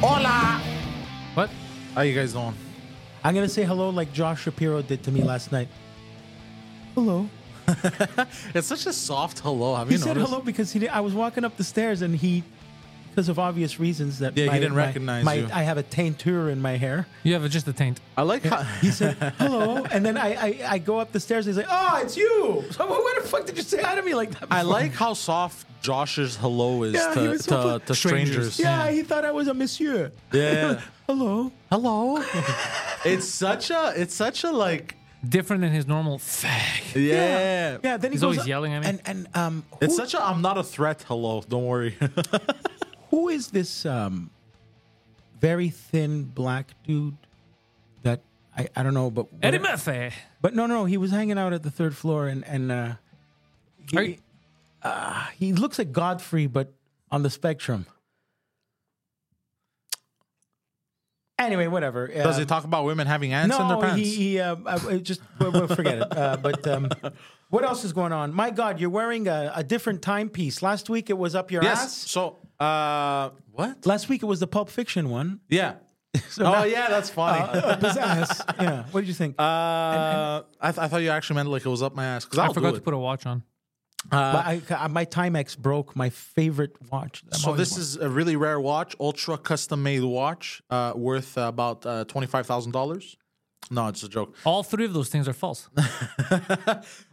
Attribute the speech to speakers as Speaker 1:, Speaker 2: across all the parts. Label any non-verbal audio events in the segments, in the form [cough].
Speaker 1: Hola!
Speaker 2: What? How you guys doing?
Speaker 1: I'm gonna say hello like Josh Shapiro did to me last night. Hello.
Speaker 2: It's such a soft hello. Have
Speaker 1: He
Speaker 2: you
Speaker 1: said
Speaker 2: noticed?
Speaker 1: hello because he did, I was walking up the stairs and he, because of obvious reasons that
Speaker 2: Yeah, he didn't recognize
Speaker 1: my,
Speaker 2: you.
Speaker 1: I have a tainture in my hair.
Speaker 3: You have just a taint.
Speaker 2: I like how
Speaker 1: He said hello, and then I, I I go up the stairs. and He's like, oh, it's you. So where the fuck did you say hi to me like that?
Speaker 2: [laughs] I
Speaker 1: before?"
Speaker 2: like how soft Josh's hello is
Speaker 1: Yeah, he
Speaker 2: to,
Speaker 1: was so
Speaker 2: to, to strangers.
Speaker 1: Yeah, he thought I was a monsieur.
Speaker 2: [laughs] Yeah.
Speaker 1: Hello.
Speaker 2: hello. it's such a. It's such a like.
Speaker 3: Different than his normal fag.
Speaker 2: Yeah.
Speaker 1: Yeah. Then he
Speaker 3: He's
Speaker 1: goes
Speaker 3: always
Speaker 1: up-
Speaker 3: yelling at me.
Speaker 1: And and um, who,
Speaker 2: It's such a. I'm not a threat. Hello. Don't worry.
Speaker 1: who is this um, very thin black dude that I I don't know, but
Speaker 3: Eddie Murphy.
Speaker 1: But no, no, he was hanging out at the third floor, and and uh, he,
Speaker 3: Are you-
Speaker 1: uh, he looks like Godfrey, but on the spectrum. Anyway, whatever.
Speaker 2: [laughs] Does
Speaker 1: Um,
Speaker 2: he talk about women having ants in their pants?
Speaker 1: He, he uh, I- I just we'll, we'll forget it. Uh, but um, what else is going on? My God, you're wearing a, a different timepiece. Last week it was up your
Speaker 2: yes.
Speaker 1: ass.
Speaker 2: So. Uh. What?
Speaker 1: Last week it was the Pulp Fiction one.
Speaker 2: Yeah. [laughs] oh yeah, that's [laughs]
Speaker 1: [laughs]
Speaker 2: funny.
Speaker 1: Uh, up his ass. Yeah. What did you think?
Speaker 2: Uh, I, th- I thought you actually meant like it was up my ass because
Speaker 3: I forgot to put a watch on.
Speaker 1: my, I, my Timex broke. My favorite watch. that I'm
Speaker 2: So
Speaker 1: always
Speaker 2: this
Speaker 1: wearing.
Speaker 2: is a really rare watch, ultra custom made watch, uh, worth uh, about uh, twenty five thousand dollars. No, it's a joke.
Speaker 3: All three of those things are
Speaker 1: [laughs]
Speaker 3: false.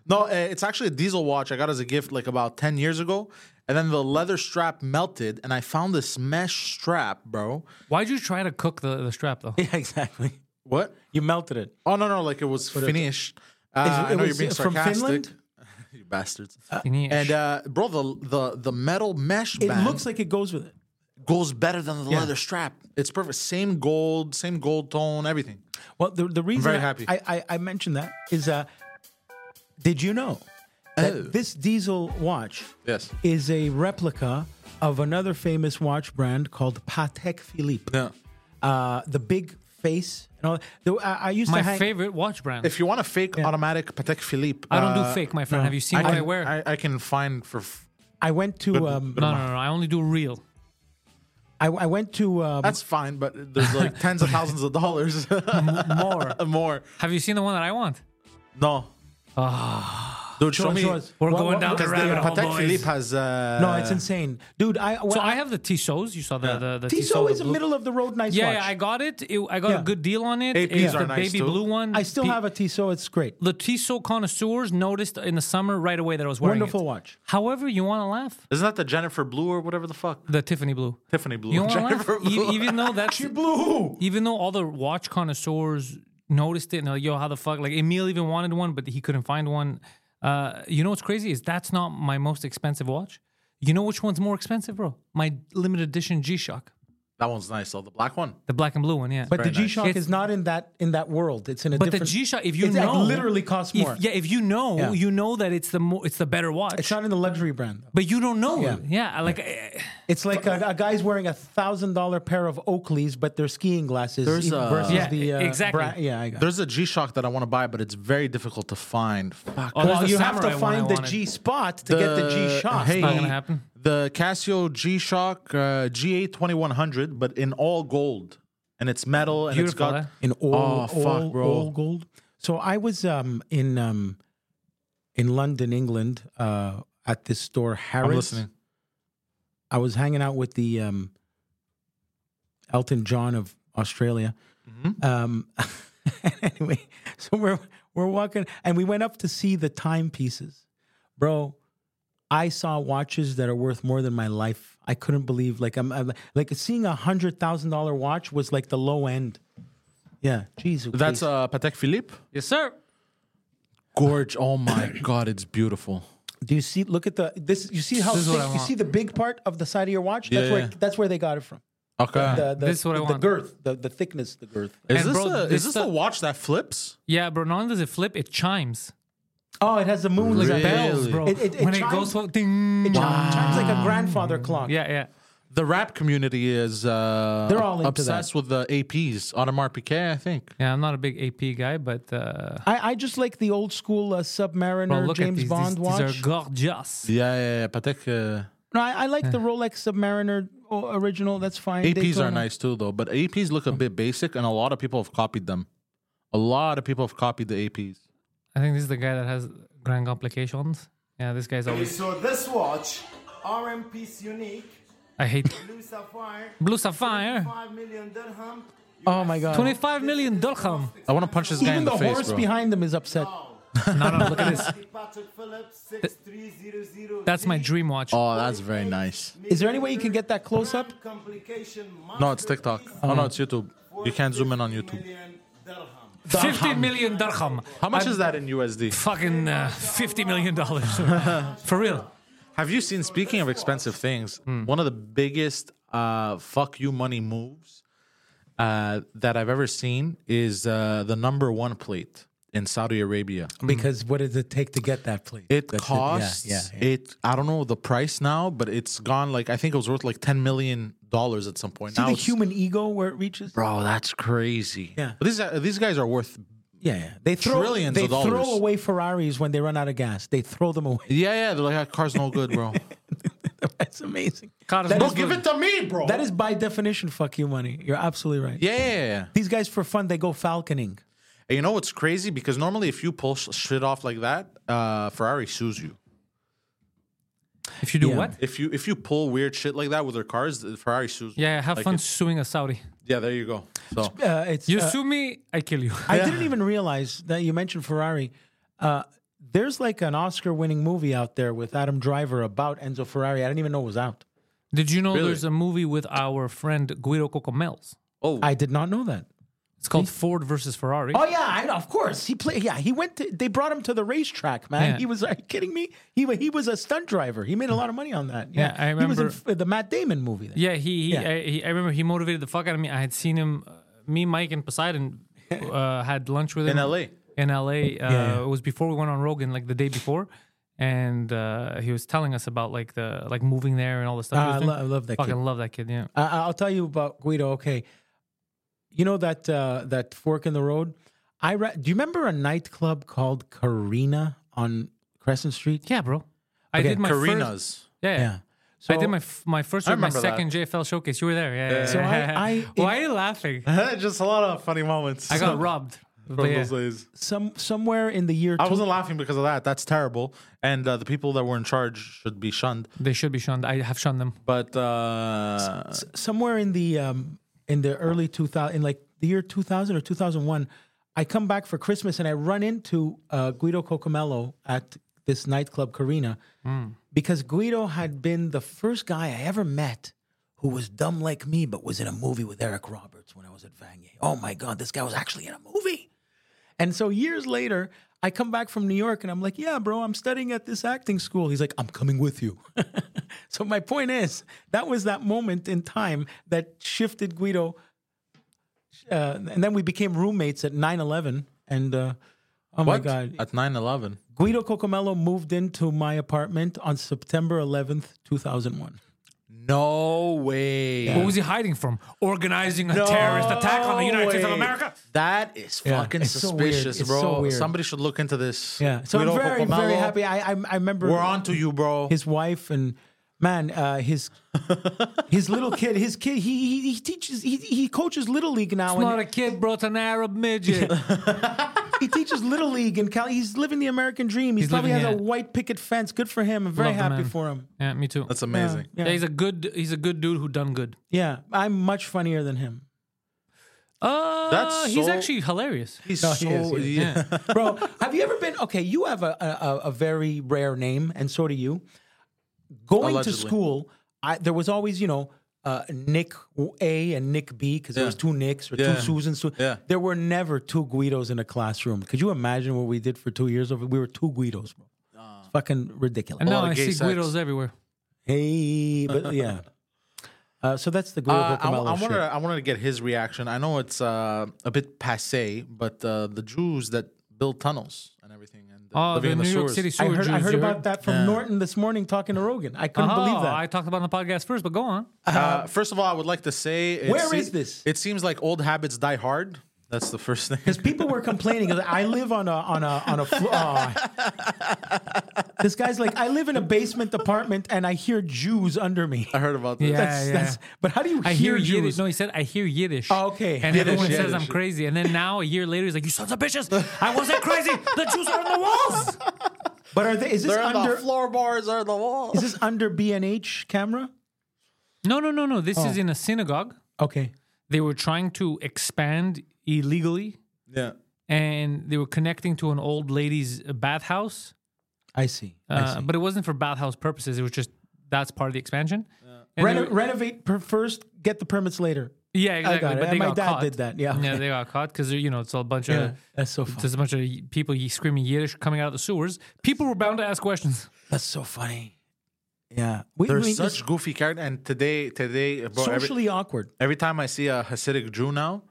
Speaker 2: No, uh, it's actually a diesel watch I got as a gift like about ten years ago, and then the leather strap melted, and I found this mesh strap, bro.
Speaker 3: Why'd you try to cook the, the strap though?
Speaker 2: [laughs]
Speaker 1: Yeah, exactly.
Speaker 2: What?
Speaker 1: You melted it.
Speaker 2: Oh no, no, like it was finished. Uh,
Speaker 1: Is-
Speaker 2: I
Speaker 1: it
Speaker 2: know you're
Speaker 1: was
Speaker 2: being
Speaker 1: from
Speaker 2: sarcastic,
Speaker 1: Finland?
Speaker 2: [laughs] you bastards.
Speaker 3: Finish.
Speaker 2: and uh, bro, the the the metal mesh
Speaker 1: It
Speaker 2: band
Speaker 1: looks like it goes with it.
Speaker 2: goes better than the leather strap. It's perfect. Same gold, same gold tone, everything.
Speaker 1: Well, the, the reason
Speaker 2: very
Speaker 1: I-
Speaker 2: happy.
Speaker 1: I, I, I mentioned that is uh, did you know that
Speaker 2: Oh.
Speaker 1: this diesel watch
Speaker 2: Yes.
Speaker 1: is a replica of another famous watch brand called Patek Philippe?
Speaker 2: Yeah.
Speaker 1: Uh, the big face. And all, the, I, I used
Speaker 3: my
Speaker 1: to hang,
Speaker 3: favorite watch brand.
Speaker 2: If you want a fake automatic Patek Philippe,
Speaker 3: I don't
Speaker 2: uh,
Speaker 3: do fake, my friend. Have you seen
Speaker 2: I
Speaker 3: what
Speaker 2: can,
Speaker 3: I wear?
Speaker 2: I, I can find for. f-
Speaker 1: I went to um,
Speaker 3: no, no, no. I only do real.
Speaker 1: I, I went to um,
Speaker 2: That's fine, but there's [laughs] like tens of thousands of
Speaker 3: [laughs]
Speaker 2: dollars
Speaker 3: More.
Speaker 2: [laughs] more.
Speaker 3: Have you seen the one that I want?
Speaker 2: No.
Speaker 3: Ah.
Speaker 2: Dude, show
Speaker 1: Sure,
Speaker 2: me.
Speaker 1: sure.
Speaker 3: We're
Speaker 1: What-
Speaker 3: going
Speaker 1: what-
Speaker 3: down the
Speaker 1: what-
Speaker 3: rabbit hole,
Speaker 2: Patek
Speaker 3: boys.
Speaker 2: Philippe has. Uh,
Speaker 1: no, it's insane, dude. I
Speaker 3: So I
Speaker 1: I,
Speaker 3: have the Tissot. You saw the the, the
Speaker 1: Tissot
Speaker 3: the
Speaker 1: is a
Speaker 3: blue-
Speaker 1: middle of the road nice
Speaker 3: Yeah,
Speaker 1: watch.
Speaker 3: yeah, I got it. It- I got
Speaker 1: Yeah.
Speaker 3: a good deal on it.
Speaker 2: APs
Speaker 3: It's
Speaker 2: are
Speaker 3: the
Speaker 2: nice,
Speaker 3: baby
Speaker 2: too.
Speaker 3: blue one.
Speaker 1: I still
Speaker 3: Pe-
Speaker 1: have a Tissot. It's great.
Speaker 3: the Tissot connoisseurs noticed in the summer right away that I was wearing
Speaker 1: Wonderful
Speaker 3: it.
Speaker 1: watch.
Speaker 3: However, you want to laugh,
Speaker 2: Isn't that the Jennifer Blue or whatever the fuck?
Speaker 3: the Tiffany blue.
Speaker 2: Tiffany Blue.
Speaker 3: You want to laugh,
Speaker 2: Jennifer
Speaker 3: E-
Speaker 2: Blue.
Speaker 3: even
Speaker 1: [laughs]
Speaker 3: though that's
Speaker 2: Blue.
Speaker 3: even though all the watch connoisseurs noticed it and they're like, yo, how the fuck? Like Emil even wanted one, but he couldn't find one. Uh, you know what's crazy is that's not my most expensive watch. You know which one's more expensive, bro? My limited edition G Shock,
Speaker 2: That one's nice, though. The black one.
Speaker 3: the black and blue one. Yeah,
Speaker 1: But the
Speaker 2: Very nice.
Speaker 1: G Shock
Speaker 3: It's-
Speaker 1: is not in that in that world. It's in a
Speaker 3: But the
Speaker 1: different.
Speaker 3: G Shock, if you
Speaker 1: it's, like,
Speaker 3: know,
Speaker 1: literally costs
Speaker 3: if-
Speaker 1: more.
Speaker 3: yeah, if you know,
Speaker 1: Yeah.
Speaker 3: you know that it's the mo- it's the better watch.
Speaker 1: it's not in the luxury brand. Though.
Speaker 3: but you don't know.
Speaker 1: Yeah.
Speaker 3: Yeah, I like eh,
Speaker 1: It's like a, a guy's wearing a thousand dollar pair of Oakleys, but they're skiing glasses
Speaker 2: There's
Speaker 1: e-
Speaker 2: a-
Speaker 1: versus
Speaker 3: Yeah,
Speaker 1: the uh,
Speaker 3: exactly.
Speaker 1: bra- yeah, I got. it.
Speaker 2: There's a G Shock that I want to buy, but it's very difficult to find. Fuck.
Speaker 3: oh, there's
Speaker 1: well,
Speaker 3: the
Speaker 1: you have to
Speaker 3: samurai one I
Speaker 1: find the
Speaker 3: wanted.
Speaker 1: G spot to get the G Shock.
Speaker 2: Hey,
Speaker 3: not gonna happen.
Speaker 2: The Casio G Shock uh, GA twenty one hundred, but in all gold, and it's metal, and
Speaker 3: Beautiful,
Speaker 2: it's
Speaker 3: eh?
Speaker 2: got
Speaker 1: in all,
Speaker 2: Oh, fuck,
Speaker 1: all-
Speaker 2: bro.
Speaker 1: all gold. So I was um, in um, in London, England, uh, at this store Harrods.
Speaker 2: I'm listening.
Speaker 1: I was hanging out with the um,
Speaker 2: Mm-hmm.
Speaker 1: [laughs] Elton John of Australia. Um, anyway, so we're We're walking, and we went up to see the timepieces, bro. I saw watches that are worth more than my life. I couldn't believe like I'm, I'm like seeing a hundred thousand dollar watch was like the low end. Yeah, jeez,
Speaker 2: That's
Speaker 1: please.
Speaker 2: uh, Patek Philippe.
Speaker 3: Yes, sir.
Speaker 2: Gorge. Oh my [coughs] God, it's beautiful.
Speaker 1: Do you see? Look at the this. You see how
Speaker 3: This is what I
Speaker 1: thick- you
Speaker 3: want.
Speaker 1: see the big part of the side of your watch.
Speaker 2: Yeah,
Speaker 1: that's where
Speaker 2: yeah.
Speaker 1: that's where they got it from.
Speaker 2: Okay.
Speaker 1: The, the,
Speaker 3: This is what I
Speaker 1: the
Speaker 3: want.
Speaker 1: girth, the, the thickness, the girth.
Speaker 2: is
Speaker 3: And
Speaker 2: this,
Speaker 3: bro,
Speaker 2: a,
Speaker 3: this
Speaker 2: is this
Speaker 3: stuff-
Speaker 2: a watch that flips?
Speaker 3: Yeah, bro. Not only does it flip, it chimes
Speaker 1: Oh, it has the moon
Speaker 3: like
Speaker 1: like a
Speaker 3: bells,
Speaker 2: Really?
Speaker 3: bro.
Speaker 1: It- it- it
Speaker 3: when
Speaker 1: chimes-
Speaker 3: it goes, so, ding.
Speaker 1: It chimes like a grandfather clock.
Speaker 3: Yeah, yeah.
Speaker 2: The rap community is uh,
Speaker 1: They're all into
Speaker 2: obsessed with the APs, Audemars Piguet, I think.
Speaker 3: Yeah, I'm not a big AP guy, but uh,
Speaker 1: I, I just like the old school uh, Submariner
Speaker 3: bro, look at
Speaker 1: James
Speaker 3: these.
Speaker 1: Bond
Speaker 3: these,
Speaker 1: watch.
Speaker 3: These are gorgeous.
Speaker 2: Yeah, yeah, yeah. Patek. Uh,
Speaker 1: no, I, I like the Rolex Submariner o- original. That's fine.
Speaker 2: APs
Speaker 1: Daytona.
Speaker 2: are nice too, though, but APs look a bit basic, and a lot of people have copied them. A lot of people have copied the APs.
Speaker 3: I think this is the guy that has grand complications. Yeah, this guy's always.
Speaker 4: So this watch, RM piece unique,
Speaker 3: I hate [laughs]
Speaker 4: blue sapphire,
Speaker 3: blue sapphire.
Speaker 4: 5 million dirham.
Speaker 1: Oh my god!
Speaker 3: 25 million dirham.
Speaker 2: I want to punch this guy
Speaker 1: Even
Speaker 2: in
Speaker 1: the,
Speaker 2: the, face,
Speaker 1: horse
Speaker 2: bro.
Speaker 1: behind them is upset.
Speaker 3: No, no, Oh, look at this.
Speaker 4: Patrick Phillips 6300.
Speaker 3: That's my dream watch.
Speaker 2: Oh, that's very nice.
Speaker 1: Is there any way you can get that close up?
Speaker 4: Complication
Speaker 2: No, it's TikTok. Oh no, it's YouTube. You can't zoom in on YouTube.
Speaker 4: million dirham.
Speaker 3: 50 million dirham.
Speaker 2: How much is that in USD?
Speaker 3: Fucking uh, 50 million dollars. For real.
Speaker 2: Have you seen? Speaking of expensive things, one of the biggest uh, "fuck you" money moves uh, that I've ever seen is uh, the number one plate in Saudi Arabia.
Speaker 1: Because what does it take to get that plate?
Speaker 2: It
Speaker 1: That's yeah,
Speaker 2: costs it,
Speaker 1: yeah, yeah.
Speaker 2: I don't know the price now, but it's gone like I think it was worth like ten million dollars at some point.
Speaker 1: See
Speaker 2: now
Speaker 1: the
Speaker 2: it's-
Speaker 1: human ego where it reaches.
Speaker 2: bro, that's crazy.
Speaker 1: Yeah.
Speaker 2: but these are- these guys are worth.
Speaker 1: Yeah, yeah. They throw
Speaker 2: Trillions
Speaker 1: they
Speaker 2: of dollars.
Speaker 1: throw away Ferraris when they run out of gas. They throw them away. [laughs]
Speaker 2: Yeah, yeah, they're like that car's no good, bro. [laughs]
Speaker 1: That's amazing.
Speaker 3: Car's
Speaker 1: That
Speaker 3: no
Speaker 1: is-
Speaker 3: good.
Speaker 2: to me, bro.
Speaker 1: That is by definition fuck you money. You're absolutely right.
Speaker 2: yeah, yeah, yeah.
Speaker 1: These guys for fun they go falconing.
Speaker 2: And you know what's crazy? Because normally, if you pull sh- shit off like that, uh, Ferrari sues you.
Speaker 3: If you do
Speaker 1: Yeah.
Speaker 3: what?
Speaker 2: If you if you pull weird shit like that with their cars, the Ferrari sues. you.
Speaker 3: Yeah, have
Speaker 2: Like
Speaker 3: fun
Speaker 2: it's-
Speaker 3: suing a Saudi.
Speaker 2: Yeah, there you go. So
Speaker 1: Uh, it's
Speaker 3: You
Speaker 1: uh,
Speaker 3: sue me, I kill you.
Speaker 1: I didn't even realize that you mentioned Ferrari. Uh, there's like an Oscar-winning movie out there with Adam Driver about Enzo Ferrari. I didn't even know it was out.
Speaker 3: Did you know
Speaker 2: Really?
Speaker 3: there's a movie with our friend Guido Cocomels?
Speaker 2: oh,
Speaker 1: I did not know that.
Speaker 3: It's called Ford versus Ferrari.
Speaker 1: Oh yeah, I know. Of course, he played. Yeah, he went. To, they brought him to the racetrack, man.
Speaker 3: Yeah.
Speaker 1: He was. Are you kidding me? He wa- he was a stunt driver. He made a lot of money on that.
Speaker 3: Yeah, I
Speaker 1: He was in
Speaker 3: remember-
Speaker 1: f- the Matt Damon movie. then.
Speaker 3: Yeah, he, he,
Speaker 1: Yeah.
Speaker 3: I, he I remember he motivated the fuck out of me. I had seen him, uh, me, Mike, and Poseidon
Speaker 1: [laughs]
Speaker 3: uh, had lunch with him
Speaker 2: in LA.
Speaker 3: in LA. Uh,
Speaker 1: yeah.
Speaker 3: It was before we went on Rogan, like the day before, and uh, he was telling us about like the like moving there and all the stuff. he
Speaker 1: Ah,
Speaker 3: was
Speaker 1: I
Speaker 3: doing.
Speaker 1: lo- I love that
Speaker 3: Fucking
Speaker 1: kid.
Speaker 3: love that kid. Yeah,
Speaker 1: I- I'll tell you about Guido. Okay, you know that uh, that fork in the road. I re- do you remember a nightclub called Carina on Crescent Street?
Speaker 3: yeah, bro. I
Speaker 1: Okay,
Speaker 3: did my first.
Speaker 2: Carinas.
Speaker 3: Yeah, yeah.
Speaker 1: Yeah. So
Speaker 3: I did my f- my first
Speaker 2: I
Speaker 3: or my
Speaker 2: remember that.
Speaker 3: second JFL showcase. You were there. Yeah. yeah,
Speaker 1: So
Speaker 3: yeah.
Speaker 1: I- I-
Speaker 3: [laughs] Why are you laughing?
Speaker 2: [laughs] Just a lot of funny moments.
Speaker 3: I
Speaker 2: [laughs]
Speaker 3: got robbed. But
Speaker 2: from
Speaker 3: yeah.
Speaker 2: those days.
Speaker 1: some somewhere in the year.
Speaker 2: I wasn't laughing because of that. That's terrible. And uh, the people that were in charge should be shunned.
Speaker 3: They should be shunned. I have shunned them.
Speaker 2: But uh,
Speaker 1: s- somewhere in the um, in the early 2000 in like the year 2000 or 2001 i come back for christmas and i run into uh, guido cocomello at this nightclub carina because guido had been the first guy i ever met who was dumb like me but was in a movie with eric roberts when i was at vanier oh my god this guy was actually in a movie and so years later, I come back from New York and I'm like, yeah, bro, I'm studying at this acting school. He's like, I'm coming with you. [laughs] so my point is, that was that moment in time that shifted Guido. Uh, and then we became roommates at 9 11. And uh, oh my
Speaker 2: what?
Speaker 1: God,
Speaker 2: At 9 11.
Speaker 1: Guido Cocomello moved into my apartment on September 11th, 2001.
Speaker 2: No way.
Speaker 3: What was he hiding from? Organizing a terrorist attack on the United States of
Speaker 2: way.
Speaker 3: America.
Speaker 2: That is
Speaker 1: Yeah,
Speaker 2: fucking
Speaker 1: it's so weird.
Speaker 2: suspicious,
Speaker 1: It's
Speaker 2: bro.
Speaker 1: so weird.
Speaker 2: Somebody should look into this.
Speaker 1: Yeah. So
Speaker 2: Guido
Speaker 1: I'm very, very
Speaker 2: Cocomelo,
Speaker 1: happy. I, I, I remember.
Speaker 2: We're on to you, bro.
Speaker 1: his wife and man
Speaker 3: [laughs]
Speaker 1: uh, his his little kid his kid he he, he teaches he, he coaches little league now
Speaker 3: It's not
Speaker 1: and
Speaker 3: a kid, bro. It's an Arab midget.
Speaker 1: he teaches little league in Cali. He's living the American dream. He's,
Speaker 3: He's
Speaker 1: probably has
Speaker 3: living
Speaker 1: a
Speaker 3: it.
Speaker 1: white picket fence. Good for him. I'm very
Speaker 3: Love the
Speaker 1: happy
Speaker 3: man.
Speaker 1: for him.
Speaker 3: [laughs] yeah, me too.
Speaker 2: That's amazing.
Speaker 3: Yeah, he's a good. He's a good dude who done good.
Speaker 1: Yeah, I'm much funnier than him.
Speaker 3: Uh,
Speaker 2: That's
Speaker 3: he's
Speaker 2: so-
Speaker 3: actually hilarious.
Speaker 2: He's
Speaker 1: No,
Speaker 2: so
Speaker 1: he is, he
Speaker 2: yeah.
Speaker 1: [laughs] Bro, have you ever been? Okay, you have a, a, a- a very rare name, and so do you. Going to
Speaker 2: Allegedly.
Speaker 1: school, I, there was always, you know, uh, Nick A and Nick B because there was two Nicks or
Speaker 2: Yeah.
Speaker 1: two Susans. Two,
Speaker 2: Yeah.
Speaker 1: There were never two Guidos in a classroom. Could you imagine what we did for two years? Over we were two Guidos, bro. It's fucking ridiculous.
Speaker 3: And
Speaker 2: All
Speaker 3: now
Speaker 2: the
Speaker 3: I
Speaker 2: gay
Speaker 3: see
Speaker 2: sex.
Speaker 3: Guidos everywhere.
Speaker 1: Hey, but [laughs] yeah. Uh, so that's the Guido
Speaker 2: Uh, I,
Speaker 1: Guacamole
Speaker 2: I
Speaker 1: shit.
Speaker 2: wanted I wanted to get his reaction. I know it's uh, a bit passe, but uh, the Jews that build tunnels and everything and uh,
Speaker 3: Oh,
Speaker 2: living
Speaker 3: the
Speaker 2: in
Speaker 3: New
Speaker 2: the
Speaker 3: York
Speaker 2: sewers.
Speaker 3: City
Speaker 1: I
Speaker 3: sewer
Speaker 1: heard, I
Speaker 3: Jews,
Speaker 1: heard
Speaker 3: you
Speaker 1: about that from Norton this morning talking to Rogan. I couldn't
Speaker 3: Oh,
Speaker 1: believe that.
Speaker 3: I talked about it on the podcast first, but go on.
Speaker 2: Uh, first of all, I would like to say, it
Speaker 1: Where is this?
Speaker 2: It seems like old habits die hard. That's the first thing. [laughs]
Speaker 1: Because people were complaining. 'cause I live on a on a on a floor. This guy's like, I live in a basement apartment, and I hear Jews under me.
Speaker 2: I heard about this.
Speaker 3: Yeah.
Speaker 1: That's, that's, but how do you
Speaker 3: I
Speaker 1: hear,
Speaker 3: hear Yiddish.
Speaker 1: Jews?
Speaker 3: No, he said I hear Yiddish.
Speaker 1: Oh, okay.
Speaker 3: And
Speaker 1: Yiddish,
Speaker 3: everyone says
Speaker 2: Yiddish.
Speaker 3: I'm crazy. And then now a year later, he's like, "You sons of bitches! I wasn't crazy. The Jews are on the
Speaker 1: [laughs]
Speaker 3: walls."
Speaker 1: But are they? Is this
Speaker 2: They're on
Speaker 1: under?
Speaker 2: the floorboards or the walls.
Speaker 1: Is this under B and H camera?
Speaker 3: No, no, no, no. This
Speaker 1: Oh.
Speaker 3: is in a synagogue.
Speaker 1: Okay.
Speaker 3: They were trying to expand illegally,
Speaker 2: Yeah.
Speaker 3: and they were connecting to an old lady's bathhouse.
Speaker 1: I see. I
Speaker 3: Uh,
Speaker 1: see.
Speaker 3: but it wasn't for bathhouse purposes. It was just that's part of the expansion. And they
Speaker 1: Reno-
Speaker 3: were-
Speaker 1: renovate per first, get the permits later.
Speaker 3: yeah, exactly.
Speaker 1: got it.
Speaker 3: But they
Speaker 1: My
Speaker 3: got
Speaker 1: dad
Speaker 3: caught.
Speaker 1: did that. Yeah.
Speaker 3: yeah, they got caught because you know it's all a bunch
Speaker 1: Yeah,
Speaker 3: of
Speaker 1: that's so funny.
Speaker 3: there's a bunch of y- people y- screaming Yiddish coming out of the sewers. People were bound to ask questions. [laughs]
Speaker 1: That's so funny. Yeah, we,
Speaker 2: They're
Speaker 1: we- it's
Speaker 2: such goofy characters. And today, today, bro, every,
Speaker 1: socially awkward.
Speaker 2: every time I see a Hasidic Jew now,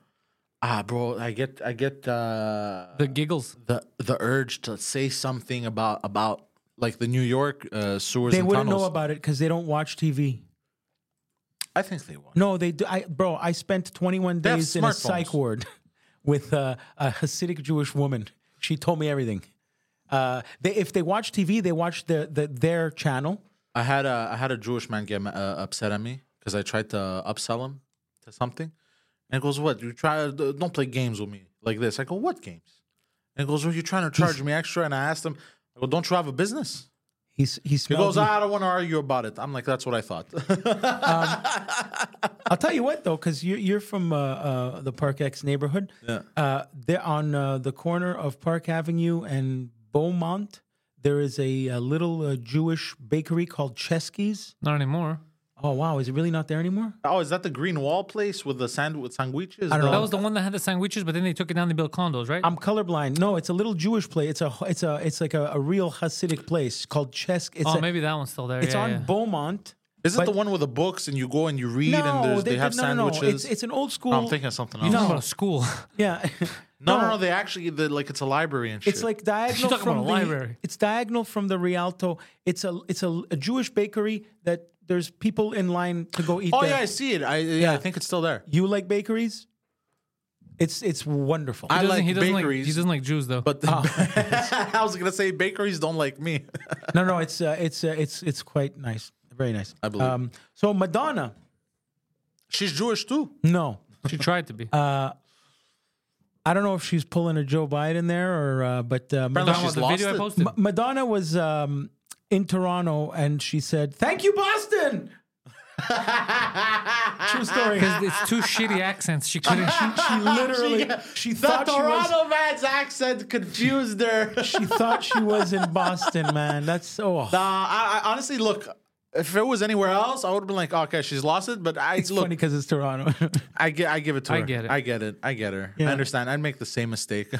Speaker 2: ah, bro, I get, I get uh,
Speaker 3: The giggles.
Speaker 2: the the urge to say something about about like the New York uh, sewers.
Speaker 1: They
Speaker 2: and
Speaker 1: wouldn't
Speaker 2: tunnels.
Speaker 1: know about it because they don't watch TV.
Speaker 2: I think they would.
Speaker 1: No, they do. I, bro, I spent 21
Speaker 2: They have
Speaker 1: days in a
Speaker 2: smartphones.
Speaker 1: psych ward [laughs] with uh, a Hasidic Jewish woman. She told me everything. Uh, they, if they watch TV, they watch the, the, their channel.
Speaker 2: I had a I had a Jewish man get ma- uh, upset at me because I tried to upsell him to something, and he goes, "What you try? Don't play games with me like this." I go, "What games?" And he goes, "Well, you're trying to charge me extra." And I asked him, "I go, don't you have a business?"
Speaker 1: He's he
Speaker 2: He
Speaker 1: smells.
Speaker 2: goes, "Ah, "I don't want to argue about it." I'm like, "That's what I thought." [laughs]
Speaker 1: I'll tell you what though, because you're you're from uh, uh, the Park X neighborhood. Yeah. Uh, they're on uh, the corner of Park Avenue and Beaumont. There is a, a little uh, Jewish bakery called Chesky's.
Speaker 3: Not anymore.
Speaker 1: Oh wow, is it really not there anymore?
Speaker 2: oh, is that the green wall place with the sand with sandwiches?
Speaker 1: I don't
Speaker 3: That
Speaker 1: know.
Speaker 3: was the one that had the sandwiches, but then they took it down. They built condos, right?
Speaker 1: I'm colorblind. No, it's a little Jewish place. It's a it's a it's like a, a real Hasidic place called Chesk. It's
Speaker 3: oh,
Speaker 1: a-
Speaker 3: maybe that one's still there.
Speaker 1: it's
Speaker 3: yeah,
Speaker 1: on
Speaker 3: yeah.
Speaker 1: Beaumont.
Speaker 2: Is it
Speaker 1: But-
Speaker 2: the one with the books and you go and you read and
Speaker 1: No,
Speaker 2: there's,
Speaker 1: they,
Speaker 2: they, have
Speaker 1: no, no,
Speaker 2: sandwiches?
Speaker 1: no. It's it's an old school.
Speaker 2: I'm thinking of something
Speaker 3: You're
Speaker 2: else.
Speaker 3: talking about a school. [laughs]
Speaker 1: Yeah. [laughs]
Speaker 2: No, no, no. They actually they, like it's a library and shit.
Speaker 1: It's like diagonal
Speaker 3: talking
Speaker 1: from
Speaker 3: about a
Speaker 1: the
Speaker 3: library.
Speaker 1: It's diagonal from the Rialto. It's a it's a, a Jewish bakery that there's people in line to go eat.
Speaker 2: oh
Speaker 1: there.
Speaker 2: yeah, I see it. I yeah, I think it's still there.
Speaker 1: You like bakeries? It's it's wonderful.
Speaker 2: I
Speaker 3: He doesn't-
Speaker 2: like
Speaker 3: he doesn't like he
Speaker 2: bakeries.
Speaker 3: doesn't like Jews though.
Speaker 2: But
Speaker 1: Oh.
Speaker 2: [laughs] I was gonna say bakeries don't like me. [laughs]
Speaker 1: no, no, it's uh, it's uh, it's it's quite nice. Very nice. I
Speaker 2: believe.
Speaker 1: Um, so Madonna,
Speaker 2: She's Jewish too.
Speaker 1: no.
Speaker 3: she tried to be.
Speaker 1: Uh, I don't know if she's pulling a Joe Biden there or, uh, but uh,
Speaker 3: Talking
Speaker 1: Madonna,
Speaker 3: about
Speaker 2: she's
Speaker 3: the
Speaker 2: lost
Speaker 3: video I
Speaker 2: it.
Speaker 3: posted.
Speaker 1: Ma- Madonna was um, in Toronto and she said, "Thank you,
Speaker 2: [laughs]
Speaker 1: Boston." True story.
Speaker 3: Because it's two shitty accents. She
Speaker 1: [laughs]
Speaker 3: couldn't.
Speaker 2: [laughs]
Speaker 3: She,
Speaker 1: She literally, she, thought she was,
Speaker 2: man's accent confused [laughs] her. nah,
Speaker 1: she thought she was in Boston, man. That's oh, so.
Speaker 2: uh, I, I honestly look. If it was anywhere else, I would have been like, okay, she's lost it. But I
Speaker 1: it's
Speaker 2: look,
Speaker 1: funny because it's Toronto. [laughs]
Speaker 2: I get, I give it to
Speaker 3: I
Speaker 2: her.
Speaker 3: get it.
Speaker 2: I get it. I get her. I understand. I'd make the same mistake.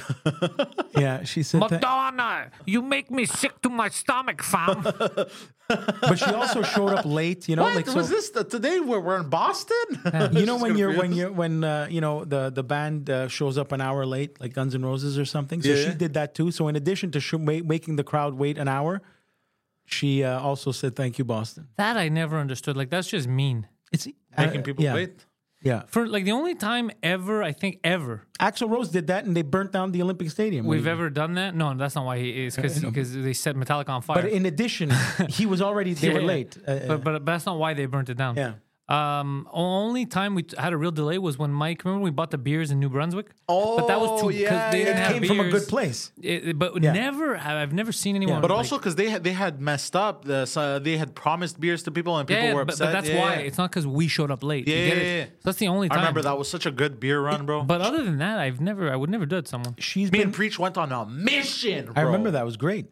Speaker 2: [laughs]
Speaker 1: yeah, she said that,
Speaker 3: Madonna, you make me sick to my stomach, fam.
Speaker 1: but she also showed up late. You know,
Speaker 2: what
Speaker 1: like so.
Speaker 2: was this the, today? Where we're in Boston? [laughs]
Speaker 3: [laughs]
Speaker 1: you know when you're when you're when uh, you know the the band uh, shows up an hour late, like Guns N' Roses or something. So
Speaker 2: Yeah.
Speaker 1: she did that too. So in addition to sh- ma- making the crowd wait an hour, she uh, also said thank you, Boston.
Speaker 3: [laughs] that I never understood. Like that's just mean.
Speaker 1: It's
Speaker 2: making people
Speaker 1: yeah,
Speaker 2: wait.
Speaker 1: Yeah,
Speaker 3: For like the only time ever, I think ever
Speaker 1: Axl Rose did that, and they burnt down the Olympic Stadium.
Speaker 3: we've ever done that. No, that's not why he is. Because they set Metallica on fire.
Speaker 1: But in addition, he was already they
Speaker 3: Yeah,
Speaker 1: were
Speaker 3: yeah.
Speaker 1: late. Uh,
Speaker 3: but, but but that's not why they burnt it down.
Speaker 1: Yeah.
Speaker 3: Um, only time we t- had a real delay was when Mike. Remember we bought the beers in New Brunswick.
Speaker 5: Oh,
Speaker 3: but that was too
Speaker 5: yeah,
Speaker 3: they
Speaker 5: yeah.
Speaker 3: didn't
Speaker 5: It
Speaker 3: have
Speaker 1: Came from a
Speaker 3: beers.
Speaker 1: good place.
Speaker 3: It- it- but never, I- I've never seen anyone.
Speaker 2: But
Speaker 3: like-
Speaker 2: also because they had they had messed up. The, so they had promised beers to people and people
Speaker 3: yeah,
Speaker 2: were
Speaker 3: but,
Speaker 2: upset.
Speaker 3: but that's
Speaker 2: Yeah,
Speaker 3: why
Speaker 2: yeah.
Speaker 3: it's not because we showed up late. You
Speaker 2: Yeah,
Speaker 3: get
Speaker 2: yeah,
Speaker 3: it?
Speaker 2: yeah.
Speaker 3: So that's the only
Speaker 2: I
Speaker 3: time.
Speaker 2: remember that was such a good beer run, bro.
Speaker 3: But other than that, I've never, I would never do it to someone.
Speaker 1: She's
Speaker 2: Me
Speaker 1: been.
Speaker 2: and Preach went on a mission.
Speaker 1: I
Speaker 2: bro.
Speaker 1: remember that was great.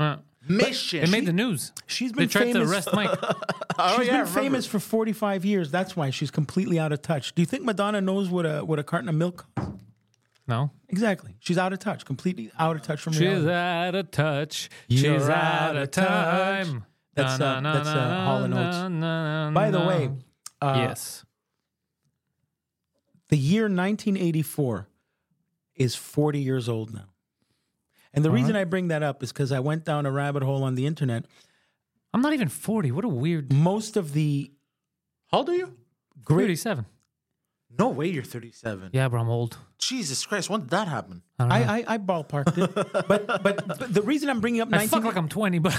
Speaker 3: Uh,
Speaker 2: mission.
Speaker 3: it made the news.
Speaker 1: she's
Speaker 3: They
Speaker 1: been
Speaker 3: tried to
Speaker 1: famous-
Speaker 3: arrest
Speaker 2: [laughs]
Speaker 3: Mike.
Speaker 2: Oh,
Speaker 1: She's
Speaker 2: yeah, I
Speaker 1: been
Speaker 2: remember.
Speaker 1: famous for 45 years. That's why she's completely out of touch. Do you think Madonna knows what a what a carton of milk costs?
Speaker 3: No,
Speaker 1: Exactly. She's out of touch. Completely out of touch from
Speaker 3: she's
Speaker 1: reality.
Speaker 3: out of touch.
Speaker 1: You're
Speaker 3: she's out
Speaker 1: out
Speaker 3: of
Speaker 1: of touch.
Speaker 3: time.
Speaker 1: That's, uh, that's, uh, Hall and Oates.
Speaker 3: na, na,
Speaker 1: By the
Speaker 3: na.
Speaker 1: way, uh,
Speaker 3: yes,
Speaker 1: the year 1984 is 40 years old now. And the reason I bring that up is because I went down a rabbit hole on the internet.
Speaker 3: I'm not even 40. What a weird.
Speaker 1: Most of the
Speaker 2: How old are you?
Speaker 1: great,
Speaker 3: 37.
Speaker 2: No way, you're 37.
Speaker 3: Yeah, bro, I'm old.
Speaker 2: Jesus Christ, when did that happen?
Speaker 3: I don't know.
Speaker 1: I, I, I ballparked it. but, but but the reason I'm bringing up
Speaker 3: I
Speaker 1: 19,
Speaker 3: fuck like I'm 20,
Speaker 1: [laughs]
Speaker 3: but